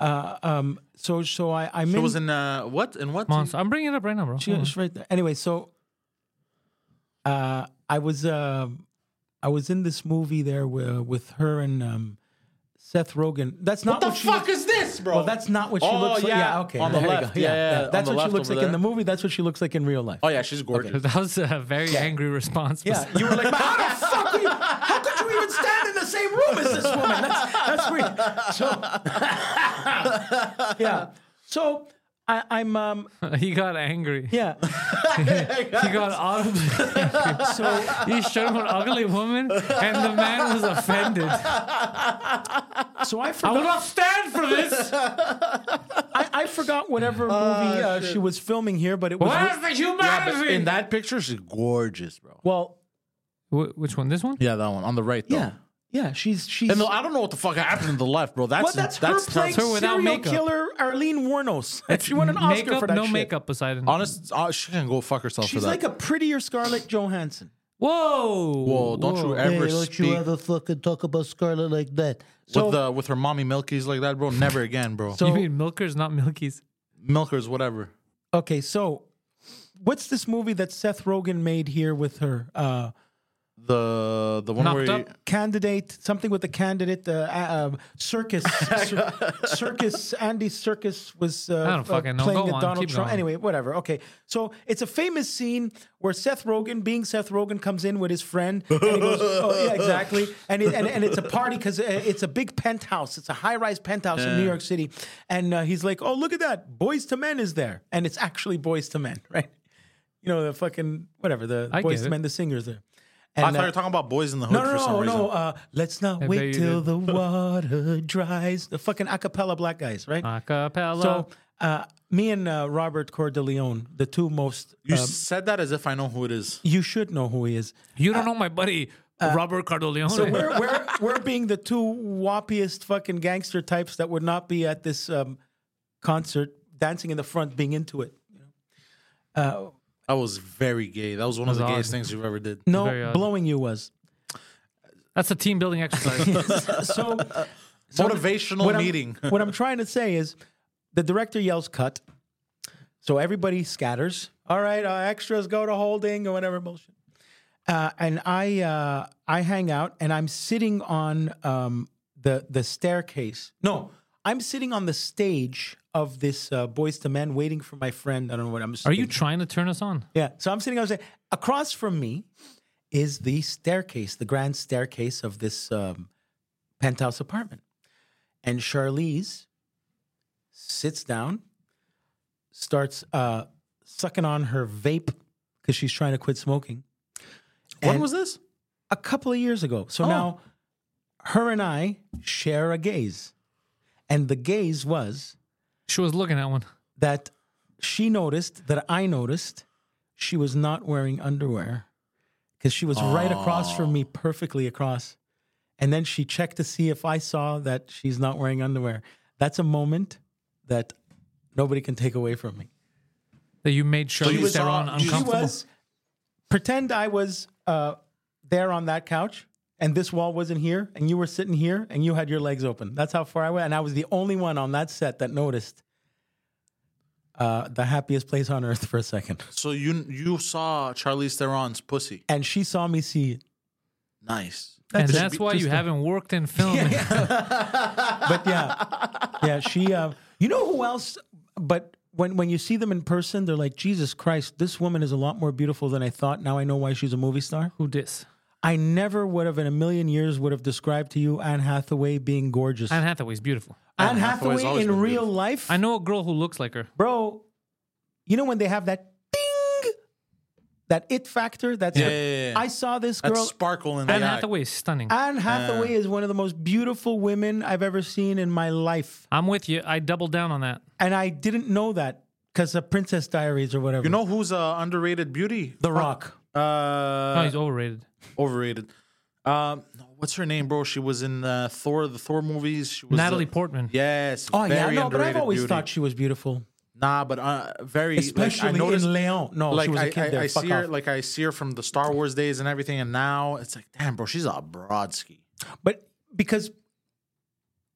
Speaker 1: Um, so so I I
Speaker 2: She was in Mm-hmm. uh, what? In what?
Speaker 3: Monster. I'm bringing it up right now, bro.
Speaker 1: She,
Speaker 3: Hold on.
Speaker 1: she's right there. Anyway, so uh, I was um I was in this movie there with, with her and um, Seth Rogen. That's not
Speaker 2: What the
Speaker 1: what she
Speaker 2: fuck
Speaker 1: look-
Speaker 2: is this, bro?
Speaker 1: Well, that's not what she
Speaker 2: Oh,
Speaker 1: looks like.
Speaker 2: yeah,
Speaker 1: Yeah, okay.
Speaker 2: on the
Speaker 1: there you
Speaker 2: left.
Speaker 1: go.
Speaker 2: Yeah, yeah, on
Speaker 1: That's
Speaker 2: the
Speaker 1: what
Speaker 2: left
Speaker 1: she looks
Speaker 2: over
Speaker 1: like in
Speaker 2: there.
Speaker 1: the movie. That's what she looks like in real life.
Speaker 2: Oh yeah, she's gorgeous.
Speaker 1: [laughs]
Speaker 3: That was a very angry response.
Speaker 1: Yeah, [laughs] you were like, "Man, how the fuck? Were you, how could you even stand in the same room as this woman? That's that's weird. So, yeah. So I, I'm um
Speaker 3: [laughs] he got angry.
Speaker 1: yeah.
Speaker 3: He got
Speaker 1: [laughs]
Speaker 3: audibly.
Speaker 1: So
Speaker 3: he showed him an ugly woman, and the man was
Speaker 1: [laughs]
Speaker 3: offended.
Speaker 1: so I
Speaker 3: I
Speaker 1: forgot.
Speaker 3: will not stand for this.
Speaker 1: I, I forgot whatever movie uh, she was filming here, but it was
Speaker 3: Where's the
Speaker 2: Yeah, but
Speaker 3: humanity?
Speaker 2: in that picture, she's gorgeous, bro.
Speaker 1: well,
Speaker 3: Wh- which one? This one?
Speaker 2: Yeah, that one on the right. Though.
Speaker 1: yeah, yeah. She's she's.
Speaker 2: And the, I don't know what the fuck happened to the left, bro. That's
Speaker 1: well, that's,
Speaker 2: that's,
Speaker 1: her playing
Speaker 3: that's her without
Speaker 1: serial
Speaker 3: makeup.
Speaker 1: killer Arlene Warnos. she won an Oscar
Speaker 3: makeup,
Speaker 1: for that
Speaker 3: no
Speaker 1: shit.
Speaker 3: makeup, Poseidon.
Speaker 2: honest. uh, she can go fuck herself
Speaker 1: She's
Speaker 2: for that.
Speaker 1: like a prettier Scarlett Johansson.
Speaker 3: Whoa!
Speaker 2: Whoa, don't you ever
Speaker 6: Hey, don't
Speaker 2: speak
Speaker 6: you ever fucking talk about Scarlet like that.
Speaker 2: with the with her mommy milkies like that, bro. Never again, bro.
Speaker 1: So
Speaker 3: you mean milkers, not
Speaker 1: [laughs]
Speaker 3: milkies?
Speaker 2: Milkers, whatever.
Speaker 1: okay, so what's this movie that Seth Rogen made here with her uh,
Speaker 2: The the one
Speaker 3: Knocked
Speaker 2: where you-
Speaker 3: up.
Speaker 1: candidate? Something with the candidate, uh, uh, um, Circus, Cir- Circus, Andy Circus was uh,
Speaker 3: don't
Speaker 1: uh,
Speaker 3: fucking know.
Speaker 1: playing
Speaker 3: Go
Speaker 1: the
Speaker 3: on,
Speaker 1: Donald
Speaker 3: keep
Speaker 1: Trump.
Speaker 3: going.
Speaker 1: Anyway, whatever. Okay, so it's a famous scene where Seth Rogen, being Seth Rogen, comes in with his friend. And he goes, oh, yeah, exactly. And, it, and and it's a party because it's a big penthouse. It's a high rise penthouse in New York City, and uh, he's like, "Oh, look at that! Boys to Men is there," and it's actually Boys to Men, [laughs] right? You know the fucking whatever the
Speaker 3: I get
Speaker 1: Boys to
Speaker 3: it.
Speaker 1: Men, the singers there.
Speaker 2: I
Speaker 1: And,
Speaker 2: thought you
Speaker 1: uh,
Speaker 2: were talking about boys in the hood
Speaker 1: no,
Speaker 2: for some
Speaker 1: no, no,
Speaker 2: reason.
Speaker 1: no. Uh, let's not
Speaker 3: bet
Speaker 1: wait
Speaker 3: you
Speaker 1: till
Speaker 3: did. [laughs]
Speaker 1: the water dries. The fucking acapella black guys, right?
Speaker 3: Acapella.
Speaker 1: so, uh, me and uh, Robert Cordeleone, the two most.
Speaker 2: You
Speaker 1: uh,
Speaker 2: said that as if I know who it is.
Speaker 1: you should know who
Speaker 2: [laughs]
Speaker 1: he is.
Speaker 3: you don't know my buddy Robert Cardoleone.
Speaker 1: uh, So we're, we're, we're being the two whoppiest fucking gangster types that would not be at this um, concert, dancing in the front, being into it.
Speaker 2: I was very gay. That was one of the
Speaker 3: That's
Speaker 2: gayest
Speaker 3: odd.
Speaker 2: things you've ever did.
Speaker 3: Very
Speaker 1: No,
Speaker 3: odd.
Speaker 1: blowing you was.
Speaker 3: [laughs] That's a team building
Speaker 1: [laughs]
Speaker 3: exercise.
Speaker 1: So,
Speaker 2: Motivational
Speaker 1: what I'm-
Speaker 2: meeting.
Speaker 1: what I'm trying to say is the director yells cut. So everybody scatters. All right, uh, extras go to holding or whatever bullshit. uh, and I uh, I hang out, and I'm sitting on um, the the staircase. No, I'm sitting on the stage of this uh, Boys to Men, waiting for my friend. I don't know what I'm.
Speaker 3: Are you trying to turn us on?
Speaker 1: Yeah. So I'm sitting. I was saying, across from me is the staircase, the grand staircase of this um, penthouse apartment, and Charlize sits down, starts uh, sucking on her vape because she's trying to quit smoking.
Speaker 2: When
Speaker 1: And-
Speaker 2: was this?
Speaker 1: a couple of years ago. So
Speaker 2: Oh.
Speaker 1: now her and I share a gaze. And the gaze was
Speaker 3: She was looking at one.
Speaker 1: that she noticed that I noticed she was not wearing underwear because she was right across from me, perfectly across. And then she checked to see if I saw that she's not wearing underwear. That's a moment that nobody can take away from me.
Speaker 3: That you made sure
Speaker 2: you
Speaker 3: Theron
Speaker 2: saw- you-
Speaker 3: uncomfortable.
Speaker 1: She was pretend I was uh, there on that couch, and this wall wasn't here, and you were sitting here, and you had your legs open. That's how far I went, and I was the only one on that set that noticed. Uh, the happiest place on earth [laughs] for a second,
Speaker 2: So you you saw Charlize Theron's pussy.
Speaker 1: and she saw me see. it.
Speaker 2: Nice.
Speaker 3: and
Speaker 1: it.
Speaker 3: that's why you
Speaker 1: Just a-
Speaker 3: haven't worked in
Speaker 1: [laughs]
Speaker 3: film.
Speaker 1: But yeah, yeah, she. Uh, you know who else? But when when you see them in person, they're like, Jesus Christ, this woman is a lot more beautiful than I thought. Now I know why she's a movie star.
Speaker 3: Who dis?
Speaker 1: I never would have in a million years would have described to you Anne Hathaway being gorgeous.
Speaker 3: Anne
Speaker 1: Anne,
Speaker 3: Hathaway's beautiful.
Speaker 2: Hathaway's
Speaker 1: Hathaway
Speaker 2: always
Speaker 1: in
Speaker 2: been
Speaker 1: real
Speaker 2: beautiful.
Speaker 1: life,
Speaker 3: I know a girl who looks like her.
Speaker 1: bro. You know when they have that ding, that it factor. That's
Speaker 2: Yeah, yeah, yeah.
Speaker 1: I saw this
Speaker 2: That
Speaker 1: girl.
Speaker 2: sparkle in the
Speaker 3: Anne
Speaker 2: eye.
Speaker 3: Hathaway is stunning.
Speaker 1: Anne Hathaway is one of the most beautiful women I've ever seen in my life,
Speaker 3: I'm with you. I double down on that.
Speaker 1: and I didn't know that because of Princess Diaries or whatever.
Speaker 2: You know who's a underrated beauty?
Speaker 1: The Rock.
Speaker 2: Uh,
Speaker 3: no, Oh, he's overrated.
Speaker 2: overrated. Um, what's her name, bro? She was in uh, Thor, the Thor movies. She was
Speaker 3: Natalie
Speaker 2: uh,
Speaker 3: Portman.
Speaker 2: Yes.
Speaker 1: Oh yeah,
Speaker 2: very
Speaker 1: no, but I've
Speaker 2: underrated
Speaker 1: always
Speaker 2: beauty.
Speaker 1: thought she was beautiful,
Speaker 2: nah, but uh, very like,
Speaker 1: especially
Speaker 2: I noticed,
Speaker 1: in Leon. No,
Speaker 2: like
Speaker 1: she was a
Speaker 2: I-
Speaker 1: kid
Speaker 2: I,
Speaker 1: there.
Speaker 2: I
Speaker 1: Fuck
Speaker 2: see her,
Speaker 1: off.
Speaker 2: like I see her from the Star Wars days and everything, and now it's like, damn, bro, she's a broadski.
Speaker 1: but because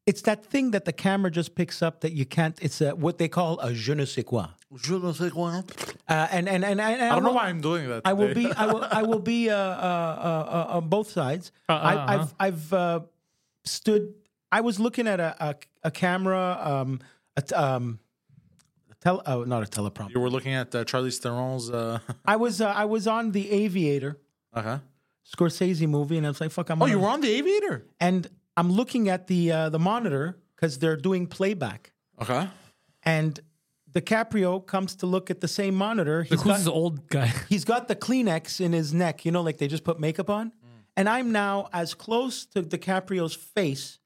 Speaker 1: it's that thing that the camera just picks up that you can't. It's a, what they call a je ne sais quoi.
Speaker 2: Je ne sais quoi.
Speaker 1: Uh, and, and and and
Speaker 2: I don't know
Speaker 1: will-
Speaker 2: why I'm doing that.
Speaker 1: I will
Speaker 2: today.
Speaker 1: be. I will. I will be uh, uh, uh, uh, on both sides.
Speaker 2: Uh-uh,
Speaker 1: I,
Speaker 2: uh-huh.
Speaker 1: I've I've uh, stood. I was looking at a a, a camera. Um, a t- um, a tele, oh, not a teleprompter.
Speaker 2: [laughs] You were looking at uh, Charlize Theron's. Uh, [laughs]
Speaker 1: I was uh, I was on the Aviator
Speaker 2: uh-huh.
Speaker 1: Scorsese movie, and I was like, "Fuck, I'm."
Speaker 2: Oh,
Speaker 1: on
Speaker 2: you
Speaker 1: a-
Speaker 2: were on the Aviator.
Speaker 1: And I'm looking at the uh, the monitor because they're doing playback.
Speaker 2: Okay.
Speaker 1: and DiCaprio comes to look at the same monitor. He's
Speaker 3: Look, who's
Speaker 1: got,
Speaker 3: this old guy? [laughs]
Speaker 1: he's got the Kleenex in his neck, you know, like they just put makeup
Speaker 3: Mm.
Speaker 1: on. And I'm now as close to DiCaprio's face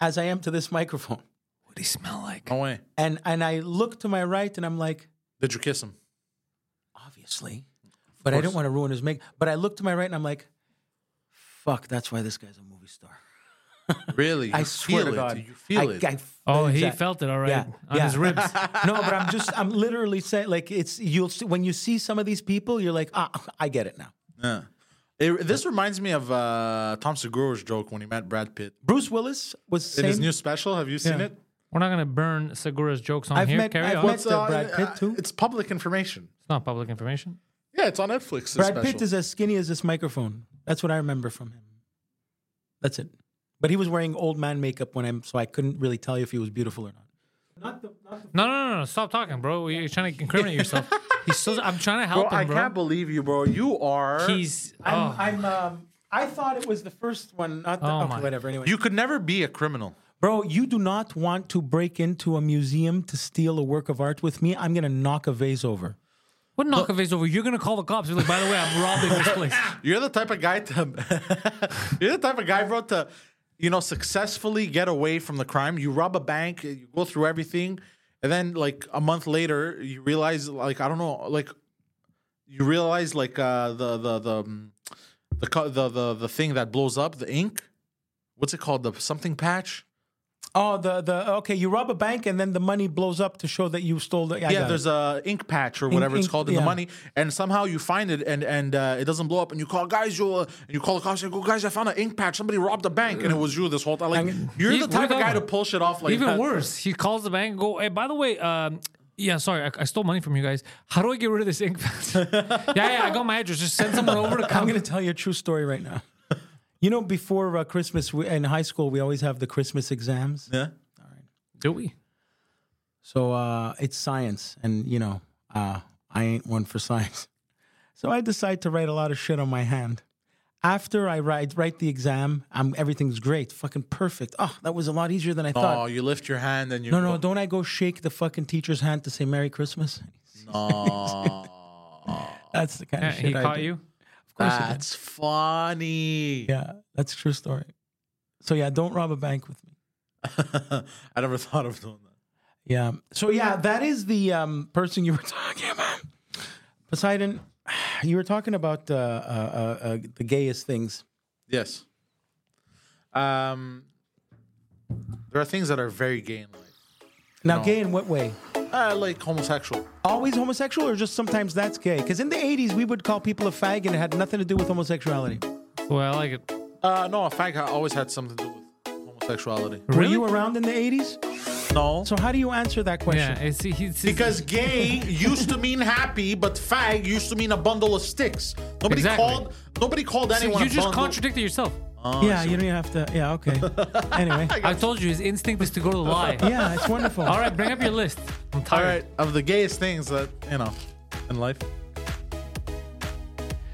Speaker 1: as I am to this microphone.
Speaker 3: What do he smell like?
Speaker 2: No way.
Speaker 1: And and I look to my right and I'm like,
Speaker 2: Did you kiss him?
Speaker 1: obviously. But I don't want to ruin his make. But I look to my right and I'm like, fuck, that's why this guy's a movie star.
Speaker 2: Really?
Speaker 1: I
Speaker 2: You
Speaker 1: swear
Speaker 2: feel
Speaker 1: to
Speaker 2: it.
Speaker 1: God.
Speaker 2: You feel
Speaker 1: I-
Speaker 2: it.
Speaker 1: I f-
Speaker 3: Oh, he
Speaker 1: exact-
Speaker 3: felt it all right
Speaker 1: Yeah,
Speaker 3: on
Speaker 1: yeah.
Speaker 3: his ribs.
Speaker 1: [laughs] no, but I'm just I'm literally saying like it's you'll see when you see some of these people, you're like, ah, I get it now.
Speaker 2: Yeah. It- this reminds me of uh, Tom Segura's joke when he met Brad Pitt.
Speaker 1: Bruce Willis was same.
Speaker 2: In his new special, have you seen
Speaker 1: Yeah.
Speaker 2: it?
Speaker 3: We're not gonna burn Segura's jokes on
Speaker 1: I've
Speaker 3: here.
Speaker 1: met-
Speaker 3: Carry
Speaker 1: I've
Speaker 3: on.
Speaker 1: met-
Speaker 3: it's
Speaker 1: the Brad Pitt, too?
Speaker 2: uh, It's public information.
Speaker 3: not public information.
Speaker 2: Yeah, it's on Netflix.
Speaker 1: Brad Pitt is as skinny as this microphone. That's what I remember from him. That's it. But he was wearing old man makeup when I'm, so I couldn't really tell you if he was beautiful or not.
Speaker 3: No, no, no, no. Stop talking, bro. You're trying to incriminate
Speaker 1: [laughs]
Speaker 3: yourself. He's so. I'm trying to help
Speaker 2: I
Speaker 3: him, bro.
Speaker 2: can't believe you, bro. You are.
Speaker 3: He's. oh.
Speaker 1: I'm, I'm, um, I thought it was the first one. Not the,
Speaker 3: Oh
Speaker 1: okay,
Speaker 3: my.
Speaker 1: whatever. Anyway,
Speaker 2: You could never be a criminal.
Speaker 1: bro, you do not want to break into a museum to steal a work of art with me. I'm gonna knock a vase over.
Speaker 3: What knock a vase over? You're gonna call the cops. You're like, by the way, I'm robbing this
Speaker 1: [laughs]
Speaker 3: place.
Speaker 2: You're the type of guy to. you're the type of guy, bro, to, you know, successfully get away from the crime. You rob a bank, you go through everything, and then like a month later, you realize, like, I don't know, like, you realize, like, uh, the the the um, the co- the the the thing that blows up, the ink. What's it called? The something patch.
Speaker 1: Oh, the the okay. You rob a bank and then the money blows up to show that you stole the. I
Speaker 2: yeah,
Speaker 1: got it.
Speaker 2: there's a ink patch or whatever it's
Speaker 1: ink-
Speaker 2: called in the
Speaker 1: yeah.
Speaker 2: money, and somehow you find it and and uh, it doesn't blow up, and you call guys, you uh, and you call the cops, you go guys, I found an ink patch. Somebody robbed a bank, and it was you this whole time. Like you're
Speaker 3: He-
Speaker 2: the
Speaker 3: what are
Speaker 2: type
Speaker 3: you
Speaker 2: of guy
Speaker 3: talking
Speaker 2: to
Speaker 3: about?
Speaker 2: pull shit off like
Speaker 3: Even
Speaker 2: that.
Speaker 3: worse, he calls the bank. and Go. Hey, by the way, um, Yeah, sorry, I, I stole money from you guys. How do I get rid of this ink pen? [laughs] yeah, yeah, I got my address. Just send someone over to
Speaker 1: I'm
Speaker 3: come.
Speaker 1: going to tell you a true story right now. [laughs] You know, before uh, Christmas we, in high school, we always have the Christmas exams.
Speaker 2: Yeah.
Speaker 3: do we?
Speaker 1: So uh, it's science, and you know, uh, I ain't one for science. [laughs] So I decide to write a lot of shit on my hand. After I write write the exam, I'm everything's great, fucking perfect. Oh, that was a lot easier than I
Speaker 2: Oh,
Speaker 1: thought.
Speaker 2: you lift your hand and you.
Speaker 1: No, no, don't I go shake the fucking teacher's hand to say Merry
Speaker 2: [laughs]
Speaker 1: Christmas?
Speaker 2: Oh,
Speaker 1: That's the kind
Speaker 3: Yeah,
Speaker 1: of shit
Speaker 3: he
Speaker 1: I
Speaker 3: caught
Speaker 1: do.
Speaker 3: you.
Speaker 1: Of course he did.
Speaker 2: that's funny.
Speaker 1: Yeah, that's a true story. So yeah, don't rob a bank with me.
Speaker 2: [laughs] I never thought of doing that.
Speaker 1: Yeah. So yeah, that is the um, person you were [laughs] talking about, Poseidon. [sighs] You were talking about uh, uh, uh, uh, the gayest things.
Speaker 2: Yes. Um, there are things that are very gay in life.
Speaker 1: Now,
Speaker 2: No.
Speaker 1: gay in what way?
Speaker 2: Uh, like homosexual.
Speaker 1: Always homosexual, or just sometimes that's gay? Because in the '80s, we would call people a fag, and it had nothing to do with homosexuality.
Speaker 3: Well, I like it.
Speaker 2: Uh, no, a fag ha- always had something to do with homosexuality.
Speaker 1: Were you around in the '80s?
Speaker 2: No.
Speaker 1: So how do you answer that question?
Speaker 3: Yeah, it's, it's, it's
Speaker 2: Because gay used to mean happy, but fag used to mean a bundle of sticks. Nobody
Speaker 3: Exactly.
Speaker 2: called. Nobody called
Speaker 3: So
Speaker 2: anyone.
Speaker 3: you
Speaker 2: a
Speaker 3: just
Speaker 2: bundle-
Speaker 3: contradicted yourself.
Speaker 1: yeah, you don't even have to. Yeah, [laughs] okay. anyway,
Speaker 3: I told you his instinct is to
Speaker 1: [laughs]
Speaker 3: go to the lie.
Speaker 1: yeah, it's wonderful.
Speaker 3: All right, bring up your list. I'm
Speaker 2: All
Speaker 3: tired.
Speaker 2: right, of the gayest things that you know in life. [laughs]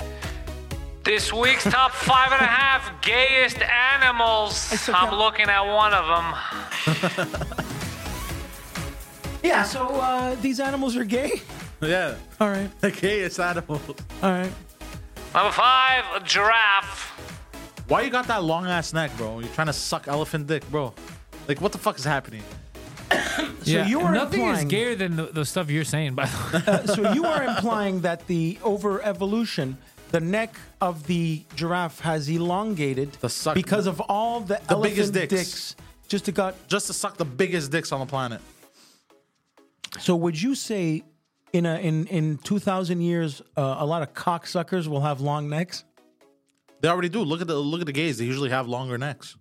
Speaker 3: This week's top five and a half gayest animals. I'm looking at one of them.
Speaker 1: Yeah. So uh, these animals are gay.
Speaker 2: Yeah,
Speaker 1: [laughs] All right.
Speaker 2: the gayest animals.
Speaker 1: All right.
Speaker 3: Number five, a giraffe.
Speaker 2: Why you got that long ass neck, bro? You're trying to suck elephant dick, bro. Like, what the fuck is happening?
Speaker 3: So
Speaker 1: you are
Speaker 3: nothing is
Speaker 1: implying-
Speaker 3: gayer than the, the stuff you're saying, by the way. [laughs]
Speaker 1: Uh, so you are implying that the over evolution, the neck of the giraffe has elongated
Speaker 2: The suck-
Speaker 1: because of all the,
Speaker 2: The biggest
Speaker 1: elephant
Speaker 2: dicks.
Speaker 1: Just to got.
Speaker 2: Just to suck the biggest dicks on the planet.
Speaker 1: So would you say, in a in in two thousand years, uh, a lot of cocksuckers will have long necks?
Speaker 2: They already do. Look at the look at the gays. They usually have longer necks.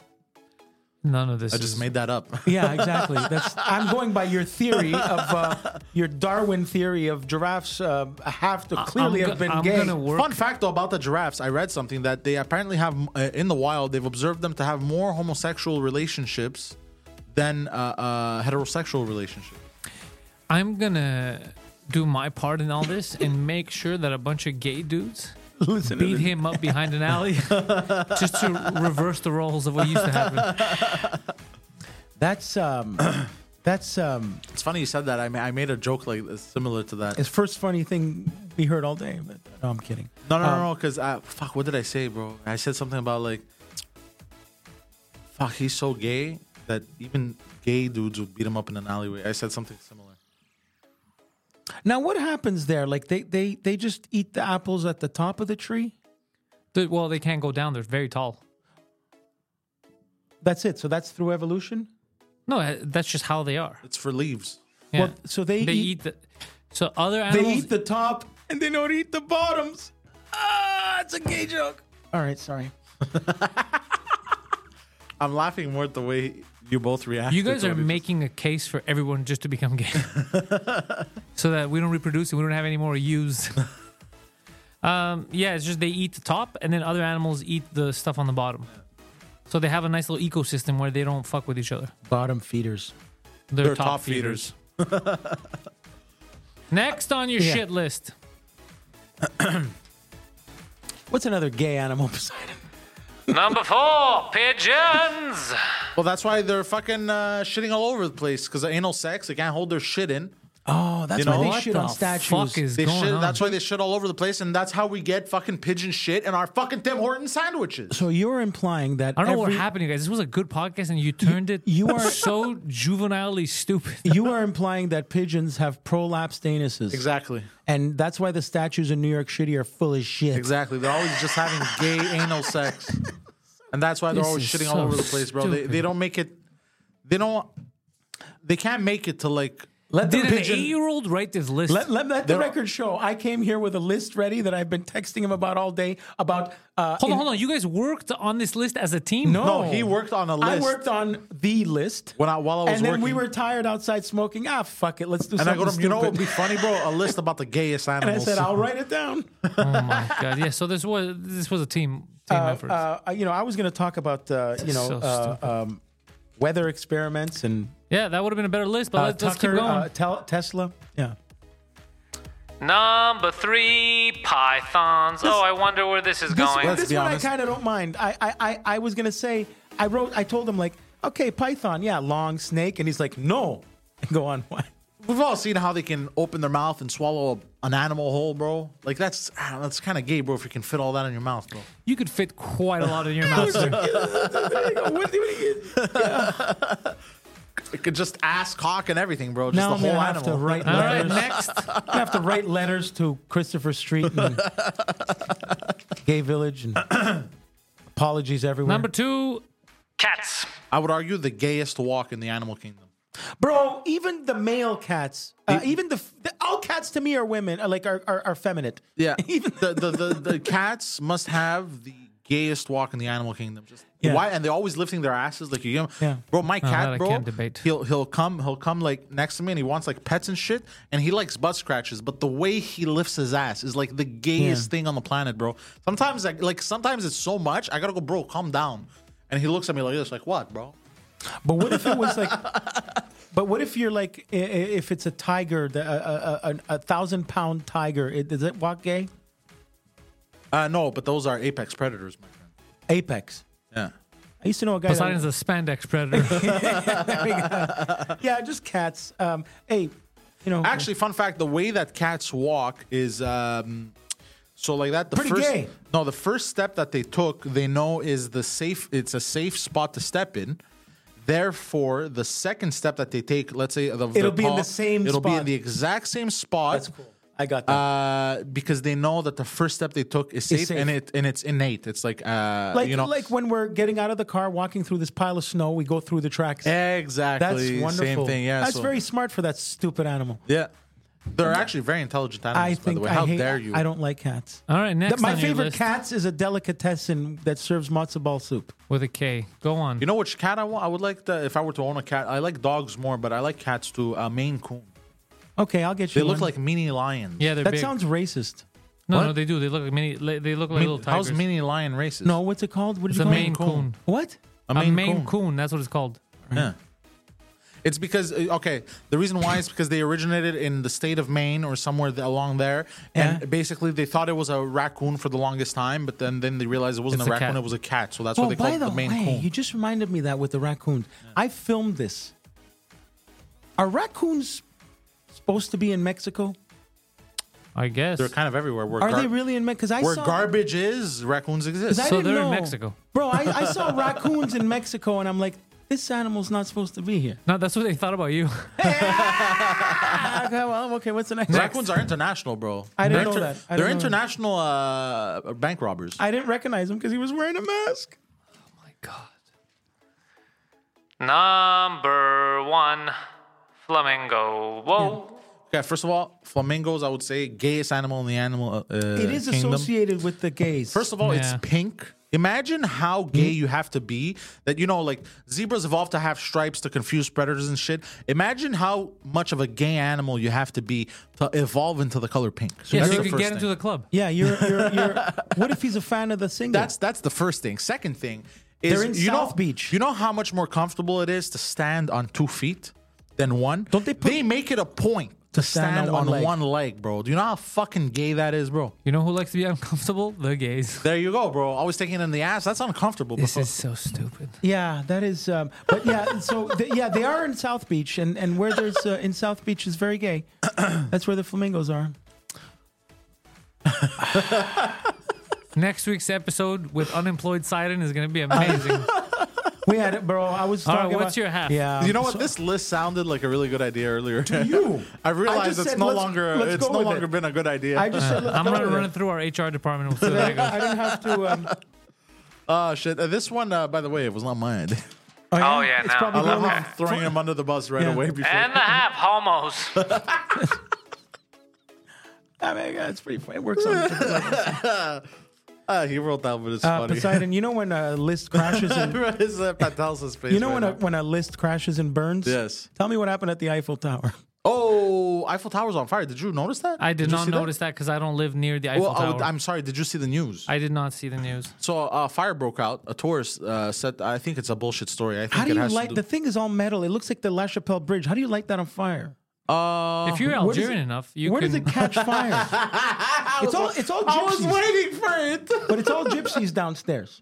Speaker 3: None of this.
Speaker 2: I just
Speaker 3: is-
Speaker 2: made that up. [laughs]
Speaker 1: Yeah, exactly. That's I'm going by your theory of uh, your Darwin theory of giraffes uh, have to clearly
Speaker 3: I'm
Speaker 1: have
Speaker 3: go-
Speaker 1: been
Speaker 3: I'm
Speaker 1: gay.
Speaker 3: gonna work.
Speaker 2: Fun fact though about the giraffes, I read something that they apparently have uh, in the wild. They've observed them to have more homosexual relationships than uh, uh, heterosexual relationships.
Speaker 3: I'm gonna do my part in all this and make sure that a bunch of
Speaker 2: [laughs]
Speaker 3: gay dudes beat him up behind an alley just to reverse the roles of what used
Speaker 2: [laughs]
Speaker 3: to happen.
Speaker 1: That's um, that's um,
Speaker 2: It's funny you said that. I, ma- I made a joke like this, similar to that.
Speaker 1: it's first funny thing we heard all day. But no, I'm kidding.
Speaker 2: No, no, no, no, because uh, fuck, what did I say, bro? I said something about like, fuck, he's so gay that even gay dudes would beat him up in an alleyway. I said something similar.
Speaker 1: Now, what happens there? Like they they they just eat the apples at the top of the tree.
Speaker 3: Dude, well, they can't go down. They're very tall.
Speaker 1: That's it. So that's through evolution.
Speaker 3: No, uh, that's just how they are.
Speaker 2: It's for leaves.
Speaker 3: Yeah.
Speaker 1: Well, so they
Speaker 3: they
Speaker 1: eat-
Speaker 3: eat, the. So other
Speaker 1: They
Speaker 3: animals.
Speaker 1: eat the top and they don't eat the bottoms. Ah, it's a gay joke. All right, sorry.
Speaker 2: I'm laughing more at the way you both react.
Speaker 3: You guys are making a case for everyone just to become
Speaker 1: [laughs]
Speaker 3: gay, so that we don't reproduce and we don't have any more ewes. um, yeah, it's just they eat the top, and then other animals eat the stuff on the bottom. So they have a nice little ecosystem where they don't fuck with each other.
Speaker 1: Bottom feeders.
Speaker 3: They're,
Speaker 2: They're top feeders.
Speaker 3: Next on your
Speaker 1: Yeah.
Speaker 3: shit list,
Speaker 1: What's another gay animal [laughs] beside him?
Speaker 3: number four, pigeons.
Speaker 2: Well, that's why they're fucking uh, shitting all over the place because of anal sex. They can't hold their shit in.
Speaker 1: Oh, that's
Speaker 2: You know-
Speaker 1: why they
Speaker 2: What
Speaker 1: shit
Speaker 3: the
Speaker 1: on statues.
Speaker 3: fuck is
Speaker 2: They
Speaker 3: going
Speaker 2: shit.
Speaker 3: on?
Speaker 2: That's why they shit all over the place, and that's how we get fucking pigeon shit in our fucking Tim Horton sandwiches.
Speaker 1: so you're implying that
Speaker 3: I don't know
Speaker 1: every-
Speaker 3: what happened, you guys. This was a good podcast, and you turned it.
Speaker 1: you are-
Speaker 3: so juvenilely stupid.
Speaker 1: you are implying that pigeons have prolapsed anuses.
Speaker 2: Exactly.
Speaker 1: And that's why the statues in New York City are full of shit.
Speaker 2: Exactly. They're always just having
Speaker 3: [laughs]
Speaker 2: gay anal sex. And that's why they're
Speaker 3: This
Speaker 2: always
Speaker 3: is
Speaker 2: shitting
Speaker 3: so
Speaker 2: all over the place, bro. They,
Speaker 3: stupid.
Speaker 2: they don't make it they don't they can't make it to like
Speaker 1: Let
Speaker 3: [laughs]
Speaker 1: the
Speaker 3: Did an
Speaker 1: pigeon-
Speaker 3: eight-year-old write this list?
Speaker 1: Let, let, let the record show. I came here with a list ready that I've been texting him about all day about. Uh,
Speaker 3: hold on,
Speaker 1: in-
Speaker 3: hold on. You guys worked on this list as a team?
Speaker 1: No.
Speaker 2: No, he worked on a
Speaker 1: I
Speaker 2: list.
Speaker 1: worked on the list.
Speaker 2: When I- while I was
Speaker 1: and then we
Speaker 2: working-
Speaker 1: were tired outside smoking. Ah, fuck it, let's do
Speaker 2: and I
Speaker 1: something
Speaker 2: go to him, you know what would be funny,
Speaker 1: stupid."
Speaker 2: bro? A list about the
Speaker 3: [laughs]
Speaker 2: gayest
Speaker 1: and I
Speaker 2: animals.
Speaker 1: said, I'll write
Speaker 2: [laughs]
Speaker 1: it down.
Speaker 3: Oh my god. Yeah. So this was this was a team team effort.
Speaker 1: Uh, you know, I was going to talk about uh, you know
Speaker 3: so
Speaker 1: uh, um, weather experiments and
Speaker 3: yeah, that would have been a better list, but
Speaker 1: uh,
Speaker 3: let's, let's keep
Speaker 1: Tucker,
Speaker 3: going.
Speaker 1: uh, Tel- Tesla. Yeah.
Speaker 3: Number three, pythons. oh, I wonder where this is
Speaker 1: This,
Speaker 3: going.
Speaker 2: Let's
Speaker 1: this
Speaker 2: be
Speaker 1: one
Speaker 2: honest.
Speaker 1: I kind of don't mind. I, I, I, I was gonna say I wrote I told him like okay Python yeah long snake and he's like no go on [laughs] why
Speaker 2: We've all seen how they can open their mouth and swallow a, an animal whole, bro. Like that's I don't know, that's kind of gay, bro. If you can fit all that in your mouth, bro.
Speaker 3: you could fit quite a lot
Speaker 2: [laughs]
Speaker 3: in your mouth. sir.
Speaker 1: What do you-
Speaker 2: It could just ass, cock, and everything, bro. Just
Speaker 1: now
Speaker 2: the
Speaker 1: I'm
Speaker 2: whole
Speaker 1: gonna have to
Speaker 2: animal.
Speaker 1: write
Speaker 3: All
Speaker 2: [laughs]
Speaker 3: right,
Speaker 1: letters.
Speaker 3: next.
Speaker 1: I'm gonna have to write letters to Christopher Street and Gay Village and apologies everywhere.
Speaker 3: Number two, cats.
Speaker 2: I would argue the gayest walk in the animal kingdom.
Speaker 1: Bro, even the male cats, uh, even the, f- the all cats to me are women, are like are are, are feminine. [laughs]
Speaker 3: [laughs]
Speaker 2: Yeah, the, the the the cats must have the gayest walk in the animal kingdom. Just
Speaker 1: Yeah.
Speaker 2: why? And they're always lifting their asses. Like you, give 'em-
Speaker 1: Yeah.
Speaker 2: bro. My
Speaker 3: that I
Speaker 2: cat, bro.
Speaker 3: can't debate.
Speaker 2: He'll he'll come he'll come like next to me and he wants like pets and shit and he likes butt scratches. But the way he lifts his ass is like the gayest thing on the planet, bro. Sometimes like like sometimes it's so much I gotta go, bro. Calm down. And he looks at me like this, like what, bro?
Speaker 1: But what if it was like? [laughs] but what if you're like, i- i- if it's a tiger, the, a, a, a, a thousand pound tiger, it, does it walk gay?
Speaker 2: Uh, no, but those are apex predators, my friend.
Speaker 1: Apex.
Speaker 2: Yeah.
Speaker 1: I used to know a guy. that- [laughs]
Speaker 3: Poseidon's a
Speaker 2: [laughs]
Speaker 3: spandex predator.
Speaker 1: yeah, just cats. Um, hey, you know,
Speaker 2: Actually, fun fact: the way that cats walk is um, so like that. The
Speaker 1: Pretty
Speaker 2: first,
Speaker 1: gay.
Speaker 2: No, the first step that they took, they know is the safe. It's a safe spot to step in. Therefore, the second step that they take, let's say, the,
Speaker 1: It'll be in the same
Speaker 2: It'll be in
Speaker 1: spot.
Speaker 2: the exact same spot.
Speaker 1: that's cool. I got that.
Speaker 2: Uh, because they know that the first step they took is safe,
Speaker 1: safe.
Speaker 2: and it and it's innate. It's like, uh,
Speaker 1: like
Speaker 2: you know,
Speaker 1: like when we're getting out of the car, walking through this pile of snow, we go through the tracks. That's
Speaker 2: exactly
Speaker 1: wonderful.
Speaker 2: same thing. Yeah,
Speaker 1: that's
Speaker 2: so-
Speaker 1: very smart for that stupid animal.
Speaker 2: yeah. They're actually very intelligent animals.
Speaker 1: I
Speaker 2: by
Speaker 1: think
Speaker 2: the way,
Speaker 1: I
Speaker 2: how
Speaker 1: hate,
Speaker 2: dare you?
Speaker 1: I don't like cats.
Speaker 3: All right, next.
Speaker 1: Th- my
Speaker 3: on your
Speaker 1: favorite
Speaker 3: list
Speaker 1: cats is a delicatessen that serves matzo ball soup.
Speaker 3: with a K. Go on.
Speaker 2: You know which cat I want? I would like the if I were to own a cat. I like dogs more, but I like cats too. Uh, Maine Coon.
Speaker 1: Okay, I'll get you.
Speaker 2: They look
Speaker 1: one.
Speaker 2: like mini lions.
Speaker 3: yeah, they're
Speaker 1: that
Speaker 3: big.
Speaker 1: sounds racist.
Speaker 3: no,
Speaker 2: What?
Speaker 3: no, they do. They look like mini. li- They look like
Speaker 2: Min-
Speaker 3: little tigers.
Speaker 2: how's mini lion racist?
Speaker 1: No, what's it called? What did
Speaker 3: It's
Speaker 1: you
Speaker 3: a
Speaker 1: call
Speaker 3: Maine
Speaker 1: it?
Speaker 3: Coon.
Speaker 1: What?
Speaker 2: a
Speaker 3: A
Speaker 2: Maine,
Speaker 3: Maine
Speaker 2: Coon.
Speaker 3: Coon. That's what it's called.
Speaker 2: Yeah. It's because uh, okay, the reason why is because they originated in the state of Maine or somewhere th- along there, and
Speaker 1: Yeah.
Speaker 2: basically they thought it was a raccoon for the longest time, but then then they realized it wasn't
Speaker 3: It's
Speaker 2: a
Speaker 3: a
Speaker 2: raccoon,
Speaker 3: cat.
Speaker 2: it was a cat, so that's
Speaker 1: Oh,
Speaker 2: why they
Speaker 1: by
Speaker 2: called
Speaker 1: the
Speaker 2: it the Maine
Speaker 1: way,
Speaker 2: Coon.
Speaker 1: you just reminded me that with the raccoons. I filmed this. Are raccoons supposed to be in Mexico?
Speaker 3: I guess.
Speaker 2: They're kind of everywhere. Where
Speaker 1: Are
Speaker 2: gar-
Speaker 1: they really in Mexico? Because I
Speaker 2: Where
Speaker 1: saw
Speaker 2: garbage is, raccoons exist.
Speaker 1: 'cause I
Speaker 3: So
Speaker 1: didn't
Speaker 3: they're in
Speaker 1: know.
Speaker 3: Mexico.
Speaker 1: bro. I, I saw raccoons in Mexico, and I'm like, this animal's not supposed to be here.
Speaker 3: no, that's what they thought about you.
Speaker 1: Ah, okay, well, okay, what's the next?
Speaker 2: Raccoons are international, bro.
Speaker 1: I didn't
Speaker 2: They're
Speaker 1: know that. I
Speaker 2: they're
Speaker 1: didn't know that.
Speaker 2: international uh, bank robbers.
Speaker 1: I didn't recognize him because he was wearing a mask.
Speaker 3: my god. Number one, flamingo. Whoa.
Speaker 2: okay, first of all, flamingos, I would say, gayest animal in the animal uh,
Speaker 1: It is
Speaker 2: kingdom.
Speaker 1: associated with the gays.
Speaker 2: First of all,
Speaker 3: Yeah.
Speaker 2: it's pink. Imagine how gay
Speaker 1: Mm-hmm.
Speaker 2: you have to be that you know, like zebras evolved to have stripes to confuse predators and shit. Imagine how much of a gay animal you have to be to evolve into the color pink. So
Speaker 3: Yeah,
Speaker 2: that's
Speaker 3: so
Speaker 2: the
Speaker 3: you could
Speaker 2: first
Speaker 3: get into
Speaker 2: thing.
Speaker 3: the club.
Speaker 1: yeah, you're, you're, you're. What if he's a fan of the singer?
Speaker 2: That's that's the first thing. Second thing is
Speaker 1: They're in
Speaker 2: you know,
Speaker 1: South Beach.
Speaker 2: You know how much more comfortable it is to stand on two feet than one.
Speaker 1: Don't they put-
Speaker 2: they make it a point to stand, on, one, leg. bro? Do you know how fucking gay that is, bro?
Speaker 3: You know who likes to be uncomfortable? The gays.
Speaker 2: There you go, bro. Always taking it in the ass. That's uncomfortable.
Speaker 3: This
Speaker 2: bro.
Speaker 3: is so stupid.
Speaker 1: Yeah, that is. Um,
Speaker 2: [laughs]
Speaker 1: but yeah, so th- yeah, they are in South Beach, and and where there's uh, in South Beach is very
Speaker 2: [clears throat]
Speaker 1: gay. That's where the flamingos are.
Speaker 3: Next week's episode with unemployed Sidon is going to be
Speaker 2: [laughs]
Speaker 3: amazing.
Speaker 1: We had it, bro. I was.
Speaker 3: All right,
Speaker 1: talking
Speaker 3: what's
Speaker 1: about-
Speaker 3: your half?
Speaker 1: Yeah,
Speaker 2: you know what? this list sounded like a really good idea earlier. To
Speaker 1: you.
Speaker 2: [laughs] I
Speaker 1: I
Speaker 2: realized
Speaker 1: just
Speaker 2: it's
Speaker 1: said,
Speaker 2: no
Speaker 1: let's-
Speaker 2: longer.
Speaker 1: let's
Speaker 2: it's
Speaker 1: go
Speaker 2: no
Speaker 1: with
Speaker 2: longer
Speaker 1: it.
Speaker 2: been a good idea.
Speaker 1: I just said, let's
Speaker 3: I'm
Speaker 1: go
Speaker 3: going to
Speaker 1: with
Speaker 3: run
Speaker 1: it.
Speaker 3: it through our HR department. We'll see where that goes.
Speaker 1: I didn't have to. Um,
Speaker 2: oh shit! Uh, this one, uh, by the way, it was not mine. [laughs]
Speaker 5: Oh, yeah,
Speaker 1: it's
Speaker 5: no.
Speaker 1: probably
Speaker 2: I love
Speaker 1: going
Speaker 2: how
Speaker 1: [laughs]
Speaker 2: I'm throwing him under the bus right
Speaker 1: Yeah.
Speaker 2: away. Before
Speaker 5: And a half homos.
Speaker 1: I mean, yeah, it's pretty funny.
Speaker 2: [laughs]
Speaker 1: It works on different levels.
Speaker 2: Ah, he rolled out, but it's
Speaker 1: Uh,
Speaker 2: funny.
Speaker 1: Poseidon, you know when a list crashes
Speaker 2: [laughs]
Speaker 1: and
Speaker 2: It's, uh, Patel's face
Speaker 1: you know
Speaker 2: right
Speaker 1: when
Speaker 2: now.
Speaker 1: a, when a list crashes and burns.
Speaker 2: Yes.
Speaker 1: Tell me what happened at the Eiffel Tower.
Speaker 2: Oh, Eiffel Tower's on fire. Did you notice that?
Speaker 3: I did,
Speaker 2: you
Speaker 3: not
Speaker 2: see that?
Speaker 3: notice that because I don't live near the Eiffel
Speaker 2: Well, I
Speaker 3: Tower.
Speaker 2: would- I'm Uh, sorry. Did you see the news?
Speaker 3: I did not see the news.
Speaker 2: so a fire broke out. A tourist uh, said, "I think it's a bullshit story." I think
Speaker 1: How do
Speaker 2: it
Speaker 1: you
Speaker 2: has
Speaker 1: light
Speaker 2: to do-
Speaker 1: the thing? Is all metal. It looks like the La Chapelle Bridge. How do you light that on fire?
Speaker 2: [laughs] Uh,
Speaker 3: if you're
Speaker 1: does
Speaker 3: Algerian
Speaker 1: it-
Speaker 3: enough, you
Speaker 1: Where
Speaker 3: can.
Speaker 1: does it
Speaker 3: [laughs]
Speaker 1: catch fire? [laughs] it's all it's all
Speaker 2: I was
Speaker 1: gypsies,
Speaker 2: waiting for it.
Speaker 1: but it's all gypsies downstairs.